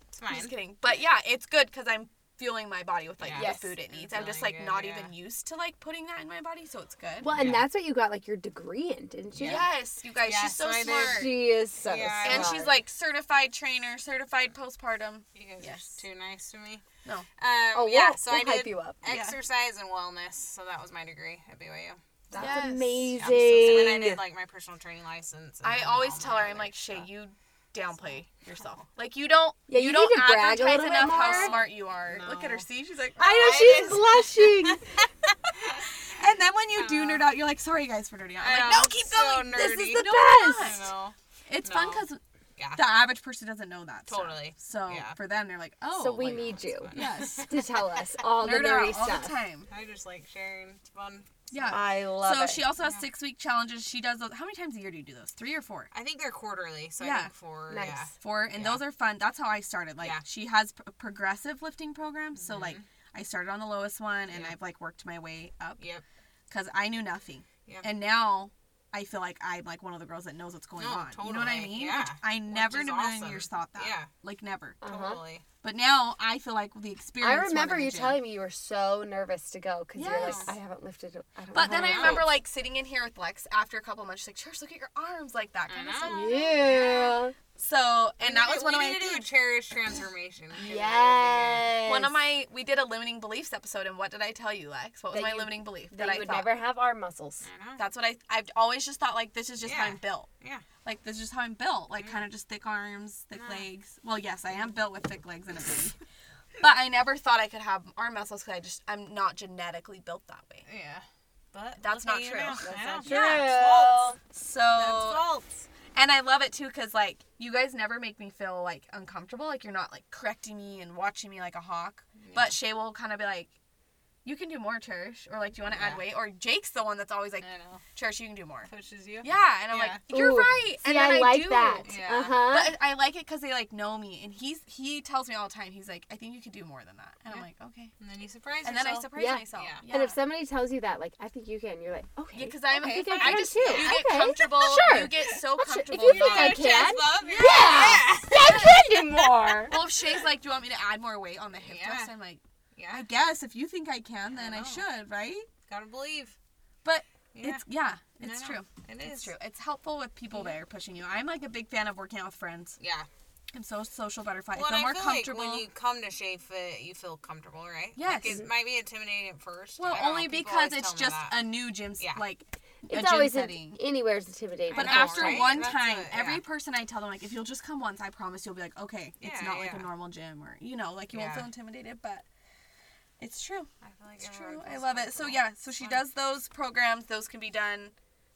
Speaker 5: it's mine.
Speaker 3: Just kidding. But yeah, it's good because I'm fueling my body with like
Speaker 5: Yeah.
Speaker 3: the
Speaker 4: Yes.
Speaker 3: food it needs.
Speaker 5: It's
Speaker 3: I'm just
Speaker 5: really
Speaker 3: like
Speaker 5: good,
Speaker 3: not
Speaker 5: yeah.
Speaker 3: even used to like putting that in my body, so it's good.
Speaker 4: Well, and
Speaker 5: Yeah.
Speaker 4: that's what you got like your degree in, didn't you?
Speaker 3: Yes, you guys,
Speaker 5: Yeah,
Speaker 3: she's so
Speaker 5: so I did.
Speaker 3: smart.
Speaker 4: She is so
Speaker 5: Yeah, I
Speaker 3: and
Speaker 4: smart.
Speaker 3: she's like certified trainer, certified postpartum.
Speaker 5: You guys
Speaker 3: Yes.
Speaker 5: are too nice to me.
Speaker 3: No.
Speaker 5: Um,
Speaker 4: Oh,
Speaker 5: yeah.
Speaker 4: we'll-
Speaker 5: so
Speaker 4: we'll
Speaker 5: I did
Speaker 4: hype you up.
Speaker 3: Yeah.
Speaker 5: exercise and wellness. So that was my degree at BYU.
Speaker 4: That's
Speaker 3: Yes.
Speaker 4: amazing.
Speaker 5: Yeah, so- so when I did like "Oh, my personal training license. and
Speaker 3: I
Speaker 5: then
Speaker 3: always
Speaker 5: all
Speaker 3: tell
Speaker 5: my
Speaker 3: her, I'm
Speaker 5: other
Speaker 3: like, Shay,
Speaker 5: stuff.
Speaker 3: you downplay yourself. Like you don't
Speaker 4: Yeah,
Speaker 3: you,
Speaker 4: you need
Speaker 3: don't
Speaker 4: to brag a
Speaker 3: advertise
Speaker 4: little bit
Speaker 3: enough how
Speaker 4: more.
Speaker 3: smart you are.
Speaker 5: No.
Speaker 3: Look at her, see? She's like, "Oh,
Speaker 4: I know she's
Speaker 3: *laughs*
Speaker 4: blushing.
Speaker 3: and then when you do nerd out, you're like, sorry guys for nerding out. I'm
Speaker 5: Uh, I
Speaker 3: like,
Speaker 5: know,
Speaker 3: no,
Speaker 5: it's
Speaker 3: keep
Speaker 5: so
Speaker 3: going.
Speaker 4: This is
Speaker 5: nerdy.
Speaker 4: the
Speaker 3: No, it's
Speaker 5: I
Speaker 4: best.
Speaker 5: know.
Speaker 3: It's fun
Speaker 5: No.
Speaker 3: 'cause fun because
Speaker 5: Yeah.
Speaker 3: the average person doesn't know that. stuff.
Speaker 5: Totally.
Speaker 3: So
Speaker 5: Yeah.
Speaker 3: for them, they're like, oh,
Speaker 4: so we
Speaker 3: like,
Speaker 4: need you
Speaker 3: yes,
Speaker 4: to tell
Speaker 3: *laughs*
Speaker 4: us *laughs* all the
Speaker 3: nerd out all
Speaker 4: nerdy stuff.
Speaker 3: the time.
Speaker 5: I just like sharing. It's fun.
Speaker 3: Yeah.
Speaker 4: I love
Speaker 3: so
Speaker 4: it.
Speaker 3: she also has six week challenges. She does those. How many times a year do you do those? Three or four?
Speaker 5: I think they're quarterly, so
Speaker 3: Yeah.
Speaker 5: I think four.
Speaker 4: Nice.
Speaker 5: Yeah.
Speaker 3: Four, and those are fun. That's how I started. Like
Speaker 5: Yeah. Mm-hmm.
Speaker 3: she has p- a progressive lifting program, so like I started on the lowest one, and I've like worked my way up
Speaker 5: Yep.
Speaker 3: because I knew nothing,
Speaker 5: Yep.
Speaker 3: and now I feel like I'm like one of the girls that knows what's going
Speaker 5: No,
Speaker 3: on. You know what I
Speaker 5: totally.
Speaker 3: mean?
Speaker 5: Yeah.
Speaker 3: Which I never
Speaker 5: is
Speaker 3: in a million
Speaker 5: awesome.
Speaker 3: years thought that. uh-huh.
Speaker 5: Yeah.
Speaker 3: like never.
Speaker 5: Totally.
Speaker 3: But now I feel like the experience.
Speaker 4: Uh-huh. I
Speaker 3: more
Speaker 4: remember
Speaker 3: than the
Speaker 4: you
Speaker 3: gym.
Speaker 4: telling me you were so nervous to go because you're like,
Speaker 3: Yes.
Speaker 4: I haven't lifted. I don't
Speaker 3: But
Speaker 4: know
Speaker 3: then I
Speaker 4: how
Speaker 5: Wow.
Speaker 3: remember like sitting in here with Lex after a couple months. She's like, "Church, look at your arms like that." Kind of
Speaker 5: I
Speaker 3: stuff.
Speaker 5: know.
Speaker 4: to-
Speaker 3: *laughs*
Speaker 4: Yeah.
Speaker 3: So, and that
Speaker 5: We
Speaker 3: was
Speaker 5: need-
Speaker 3: one of
Speaker 5: we
Speaker 3: my
Speaker 5: need to do a
Speaker 3: things. *laughs*
Speaker 5: cherish transformation. 'cause I really did.
Speaker 4: Yes.
Speaker 3: One of my we did a limiting beliefs episode, and what did I tell you, Lex? What was
Speaker 4: That
Speaker 3: my
Speaker 4: you-
Speaker 3: limiting belief
Speaker 4: that
Speaker 3: I
Speaker 4: you would
Speaker 3: thought?
Speaker 4: never have arm muscles.
Speaker 5: I know.
Speaker 3: That's what I I've always just thought like this is just how
Speaker 5: Yeah.
Speaker 3: I'm built.
Speaker 5: Yeah.
Speaker 3: Like this is just how I'm built. Like kind of just thick arms, thick legs. Well, yes, I am built with thick legs and a booty. *laughs* but I never thought I could have arm muscles because I just I'm not genetically built that way.
Speaker 5: Yeah. But
Speaker 3: That's
Speaker 5: look at
Speaker 3: not
Speaker 5: you
Speaker 3: true.
Speaker 5: now.
Speaker 3: That's
Speaker 5: I know.
Speaker 3: not
Speaker 4: True.
Speaker 5: That's
Speaker 3: So
Speaker 5: false.
Speaker 3: and I love it too because like you guys never make me feel like uncomfortable. Like you're not like correcting me and watching me like a hawk. But Shay will kind of be like. You can do more, Cherish, or like, do you want to add
Speaker 5: Yeah.
Speaker 3: weight? Or Jake's the one that's always like,
Speaker 5: I know.
Speaker 3: Cherish, you can do more.
Speaker 5: Pushes you.
Speaker 3: Yeah, and I'm like, you're
Speaker 4: Ooh,
Speaker 3: right.
Speaker 4: See,
Speaker 3: and then
Speaker 4: I, like
Speaker 3: do.
Speaker 4: that.
Speaker 5: Yeah.
Speaker 4: Uh huh.
Speaker 3: But I like it because they like know me, and he's he tells me all the time. He's like, I think you could do more than that, and I'm
Speaker 5: Yeah.
Speaker 3: like, okay.
Speaker 5: And then you surprise
Speaker 3: And then
Speaker 5: yourself.
Speaker 3: I surprise
Speaker 4: Yeah.
Speaker 3: myself.
Speaker 5: Yeah.
Speaker 3: Yeah.
Speaker 4: And if somebody tells you that, like, I think you can, you're like, okay.
Speaker 3: yeah, because I'm.
Speaker 4: I think I
Speaker 3: I
Speaker 4: can
Speaker 3: just
Speaker 4: too.
Speaker 3: you get
Speaker 4: Okay.
Speaker 3: comfortable.
Speaker 4: Sure.
Speaker 3: You get so
Speaker 4: I'll sh- if
Speaker 3: comfortable.
Speaker 4: you
Speaker 3: you're
Speaker 4: think I
Speaker 3: like-
Speaker 5: Chest
Speaker 4: can.
Speaker 5: bump, you're like,
Speaker 4: Yeah. I can
Speaker 3: *laughs*
Speaker 4: do more.
Speaker 3: well, if Shay's like, do you want me to add more weight on the hip
Speaker 5: Yeah.
Speaker 3: thrust? I'm like,
Speaker 5: Yeah.
Speaker 3: I guess if you think I can, then I,
Speaker 5: know.
Speaker 3: should, right?
Speaker 5: Gotta believe.
Speaker 3: But
Speaker 5: Yeah.
Speaker 3: it's yeah,
Speaker 5: I
Speaker 3: it's
Speaker 5: know.
Speaker 3: true.
Speaker 5: It is
Speaker 3: It's true. It's helpful with people that are pushing you. I'm like a big fan of working out with friends.
Speaker 5: Yeah.
Speaker 3: I'm so social butterfly.
Speaker 5: Well,
Speaker 3: I feel
Speaker 5: and
Speaker 3: more
Speaker 5: I feel
Speaker 3: comfortable.
Speaker 5: like when you come to Shape Fit, you feel comfortable, right?
Speaker 3: Yes.
Speaker 5: Like, it might be intimidating at first.
Speaker 3: Well,
Speaker 5: I don't know,
Speaker 3: only
Speaker 5: people
Speaker 3: because
Speaker 5: always
Speaker 3: it's
Speaker 5: tell me
Speaker 3: just a
Speaker 5: that.
Speaker 3: new gym, s
Speaker 5: Yeah.
Speaker 3: like a
Speaker 4: It's
Speaker 3: gym
Speaker 4: always
Speaker 3: setting.
Speaker 4: in, anywhere's intimidating.
Speaker 5: But
Speaker 3: but
Speaker 5: know,
Speaker 3: after
Speaker 5: right?
Speaker 3: one
Speaker 5: That's
Speaker 3: time,
Speaker 5: it, yeah.
Speaker 3: every person I tell them like, if you'll just come once, I promise you'll be like, okay, it's
Speaker 5: Yeah,
Speaker 3: not like a
Speaker 5: yeah.
Speaker 3: normal gym, or you know, like you won't
Speaker 5: Yeah.
Speaker 3: feel intimidated, but it's true.
Speaker 5: I feel like
Speaker 3: It's
Speaker 5: everyone
Speaker 3: true. I
Speaker 5: feels
Speaker 3: love it. So
Speaker 5: comfortable.
Speaker 3: yeah, so she does those programs. Those can be done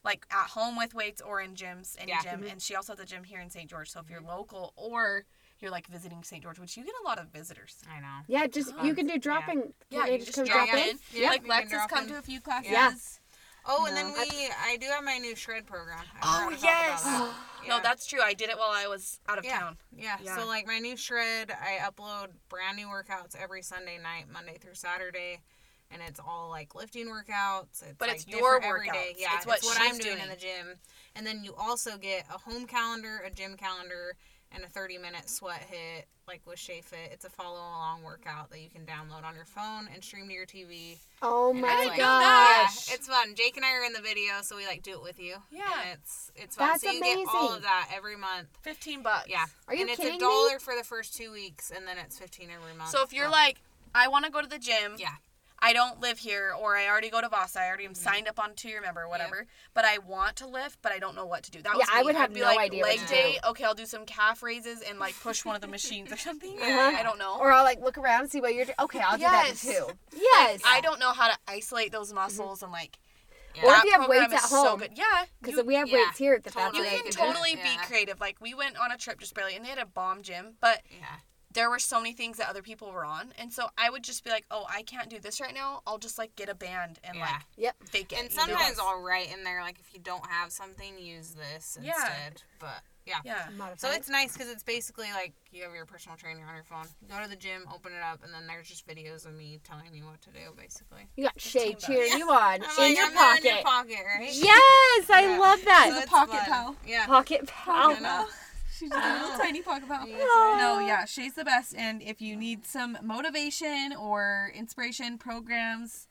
Speaker 3: like at home with weights or in gyms, any
Speaker 5: Yeah. Mm-hmm.
Speaker 3: gym. And she also has a gym here in St. George. So if you're local or you're like visiting St. George, which you get a lot of visitors.
Speaker 5: I know.
Speaker 4: Yeah, just you can do dropping.
Speaker 3: Yeah,
Speaker 4: they
Speaker 3: you
Speaker 4: just
Speaker 3: just
Speaker 4: come
Speaker 3: drop
Speaker 4: drop
Speaker 5: in.
Speaker 4: in.
Speaker 5: Yeah.
Speaker 3: Like
Speaker 5: You can
Speaker 3: Lex has
Speaker 5: drop
Speaker 3: come
Speaker 5: in.
Speaker 3: to a few classes.
Speaker 4: Yeah.
Speaker 5: Oh, and then we, I do have my new shred program. I
Speaker 3: Oh,
Speaker 5: forgot to talk about
Speaker 3: yes.
Speaker 5: that.
Speaker 3: *gasps* No,
Speaker 5: Yeah.
Speaker 3: that's true. I did it while I was out of
Speaker 5: yeah.
Speaker 3: town.
Speaker 5: Yeah.
Speaker 3: Yeah.
Speaker 5: So like my new shred, I upload brand new workouts every Sunday night, Monday through Saturday, and it's all like lifting workouts. It's
Speaker 3: But
Speaker 5: like,
Speaker 3: it's
Speaker 5: new
Speaker 3: your
Speaker 5: for every day.
Speaker 3: workouts.
Speaker 5: Yeah,
Speaker 3: It's what she's
Speaker 5: I'm doing
Speaker 3: doing.
Speaker 5: in the gym. And then you also get a home calendar, a gym calendar, and a 30 minute sweat hit like with Shea Fit. It's a follow along workout that you can download on your phone and stream to your TV.
Speaker 4: Oh my
Speaker 5: It's like-
Speaker 4: gosh.
Speaker 5: Yeah, it's fun. Jake and I are in the video, so we like do it with you.
Speaker 3: Yeah.
Speaker 5: and it's it's fun.
Speaker 4: That's
Speaker 5: so you get all
Speaker 4: amazing.
Speaker 5: of that every month.
Speaker 3: 15 bucks.
Speaker 5: Yeah.
Speaker 4: Are you
Speaker 5: and it's
Speaker 4: kidding
Speaker 5: a
Speaker 4: me?
Speaker 5: dollar for the first two weeks and then it's fifteen every month. Oh,
Speaker 3: So if you're like, I want to go to the gym.
Speaker 5: Yeah.
Speaker 3: I don't live here, or I already go to Vasa. I already
Speaker 4: Mm-hmm.
Speaker 3: am signed up on to your member, whatever. But I want to lift, but I don't know what to do. That
Speaker 4: Yeah,
Speaker 3: was
Speaker 4: I
Speaker 3: me.
Speaker 4: would
Speaker 3: I'd
Speaker 4: have
Speaker 3: be
Speaker 4: no
Speaker 3: like,
Speaker 4: idea what
Speaker 3: Leg
Speaker 4: to
Speaker 3: day. Okay, I'll do some calf raises and like push one of the machines
Speaker 4: *laughs*
Speaker 3: or something. I don't know.
Speaker 4: Uh-huh. Or I'll like look around and see what you're doing. Okay, I'll
Speaker 3: Yes.
Speaker 4: do that too. Yes.
Speaker 3: I don't know how to isolate those muscles and like.
Speaker 4: Or if
Speaker 3: that
Speaker 4: you have
Speaker 3: program
Speaker 4: weights at
Speaker 3: is so
Speaker 4: home.
Speaker 3: good. Yeah,
Speaker 4: Because
Speaker 3: you-
Speaker 4: we have
Speaker 5: yeah,
Speaker 4: weights here that
Speaker 5: totally.
Speaker 4: that's
Speaker 3: you
Speaker 4: what I
Speaker 5: they
Speaker 3: can
Speaker 5: do that.
Speaker 3: totally be
Speaker 5: Yeah.
Speaker 3: creative. Like we went on a trip just barely, and they had a bomb gym, but
Speaker 5: Yeah.
Speaker 3: there were so many things that other people were on, and so I would just be like, "Oh, I can't do this right now. I'll just like get a band and
Speaker 5: Yeah.
Speaker 4: Yep.
Speaker 3: like fake it."
Speaker 5: And
Speaker 3: you know?
Speaker 5: sometimes I'll write in there like if you don't have something, use this
Speaker 3: Yeah.
Speaker 5: instead. But yeah.
Speaker 3: yeah,
Speaker 5: So
Speaker 4: Modify it.
Speaker 5: it's nice because it's basically like you have your personal trainer on your phone. You go to the gym, open it up, and then there's just videos of me telling you what to do, basically.
Speaker 4: You got Shay
Speaker 3: bucks.
Speaker 4: cheering you on
Speaker 5: I'm
Speaker 4: in
Speaker 5: like,
Speaker 4: your
Speaker 5: I'm there
Speaker 4: pocket.
Speaker 5: in your pocket, right?
Speaker 4: Yes, I
Speaker 5: Yeah.
Speaker 4: love that.
Speaker 5: So it's
Speaker 3: pocket
Speaker 5: fun.
Speaker 3: pal.
Speaker 5: Yeah.
Speaker 4: pocket
Speaker 5: I
Speaker 4: pal.
Speaker 5: know.
Speaker 3: She's just a little tiny pocket pal. No, Um, yeah, Shay's the best. And if you need some motivation or inspiration programs,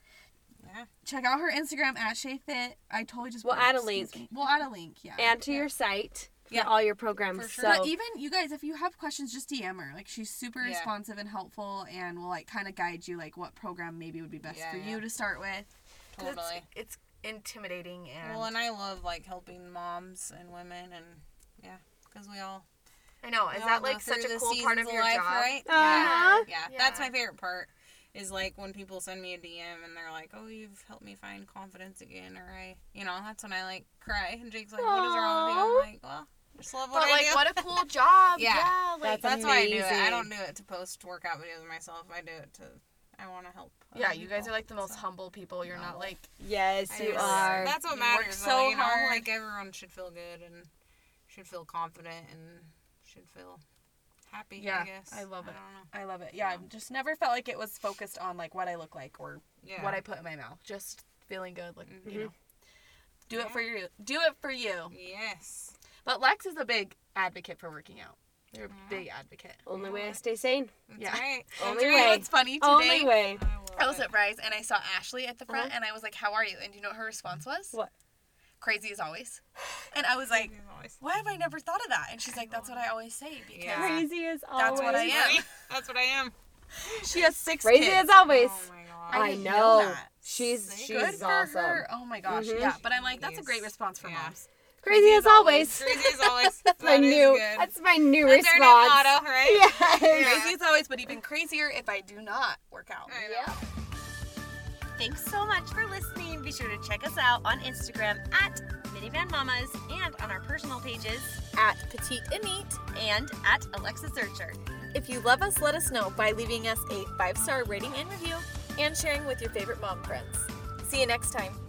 Speaker 5: Yeah.
Speaker 3: check out her Instagram at ShayFit. I totally just
Speaker 4: We'll
Speaker 3: blurred,
Speaker 4: add a
Speaker 3: excuse
Speaker 4: link.
Speaker 3: me. We'll add a link. Yeah.
Speaker 4: And to your site. Yeah.
Speaker 5: Yeah.
Speaker 4: All your programs.
Speaker 5: sure.
Speaker 4: So
Speaker 3: but even you guys, if you have questions, just DM her. Like she's super
Speaker 5: um, Yeah.
Speaker 3: responsive and helpful, and will like kind of guide you like what program maybe would be best
Speaker 5: Yeah,
Speaker 3: for
Speaker 5: yeah.
Speaker 3: you to start with. 'Cause it's-
Speaker 5: Totally.
Speaker 3: It's, intimidating and
Speaker 5: Well, and I love like helping moms and women, and yeah, because we all
Speaker 2: I know. Is that like such a cool part of your job?
Speaker 5: Right?
Speaker 4: Uh-huh.
Speaker 5: Yeah. yeah. That's my favorite part. Is like when people send me a DM and they're like, "Oh, you've helped me find confidence again," or I, you know, that's when I like cry. And Jake's like, "What is wrong with you?" I'm like, "Well, just love what
Speaker 3: But
Speaker 5: I
Speaker 3: like,
Speaker 5: do."
Speaker 3: what a cool job.
Speaker 5: *laughs* Yeah.
Speaker 3: yeah. Like,
Speaker 5: that's why I do it. I
Speaker 2: Amazing.
Speaker 5: don't do it to post workout videos of myself. I do it to. I want to help. other
Speaker 3: yeah, you guys
Speaker 5: people,
Speaker 3: are like the most
Speaker 5: so.
Speaker 3: Um, humble people. You're not like
Speaker 4: Yes,
Speaker 5: I
Speaker 4: you
Speaker 5: just-
Speaker 4: are.
Speaker 5: That's what
Speaker 3: You work
Speaker 5: matters.
Speaker 3: so
Speaker 5: though, you know,
Speaker 3: hard.
Speaker 5: like everyone should feel good and should feel confident and should feel happy.
Speaker 3: Yeah,
Speaker 5: I guess.
Speaker 3: I love it.
Speaker 5: don't know.
Speaker 3: I love it. Yeah, I've just never felt like it was focused on like what I look like or
Speaker 5: Yeah.
Speaker 3: what I put in my mouth. Just feeling good, like you know. Do it
Speaker 5: Yeah.
Speaker 3: for you. Do it for you.
Speaker 5: Yes.
Speaker 3: But Lex is a big advocate for working out. You're a big advocate.
Speaker 4: Only way I stay sane.
Speaker 5: That's
Speaker 3: Yeah.
Speaker 5: right.
Speaker 4: *laughs* Only
Speaker 5: That's
Speaker 3: You know
Speaker 4: way.
Speaker 5: right.
Speaker 3: what's funny today?
Speaker 4: Only way.
Speaker 5: I love
Speaker 3: I was
Speaker 5: it.
Speaker 3: at Rise and I saw Ashley at the front and I was like, "How are you?" And do you know Uh-huh. what her response was?
Speaker 4: What?
Speaker 3: Crazy as always. And I was like,
Speaker 5: It's always-
Speaker 3: "Why have I never thought of that?" And she's like, "That's what I always say because
Speaker 5: Yeah.
Speaker 4: Crazy as always.
Speaker 3: that's what I am."
Speaker 5: That's what I
Speaker 3: *laughs*
Speaker 5: am.
Speaker 3: She has six
Speaker 4: Crazy as
Speaker 3: kids.
Speaker 4: always.
Speaker 5: Oh my
Speaker 3: I
Speaker 5: god.
Speaker 4: I
Speaker 3: didn't know
Speaker 4: know.
Speaker 3: that.
Speaker 4: She's
Speaker 5: Sick.
Speaker 4: she's
Speaker 3: Good for
Speaker 4: awesome.
Speaker 3: her. Oh my gosh. Yeah, but I'm like, that's a
Speaker 5: Jeez.
Speaker 3: great response for
Speaker 5: Yeah.
Speaker 3: moms.
Speaker 4: Crazy as always.
Speaker 5: Crazy as
Speaker 3: *laughs*
Speaker 5: always.
Speaker 4: That's my new.
Speaker 5: Good.
Speaker 4: That's my new
Speaker 5: That's our new
Speaker 4: response.
Speaker 5: motto, right?
Speaker 4: *laughs* Yes.
Speaker 3: Crazy as always, but even crazier if I do not work out.
Speaker 5: I know.
Speaker 6: Thanks so much for listening. Be sure to check us out on Instagram at Minivan Mamas and on our personal pages
Speaker 7: at Petite and Neat.
Speaker 6: and at Alexa Searcher.
Speaker 7: If you love us, let us know by leaving us a five star rating and review and sharing with your favorite mom friends. See you next time.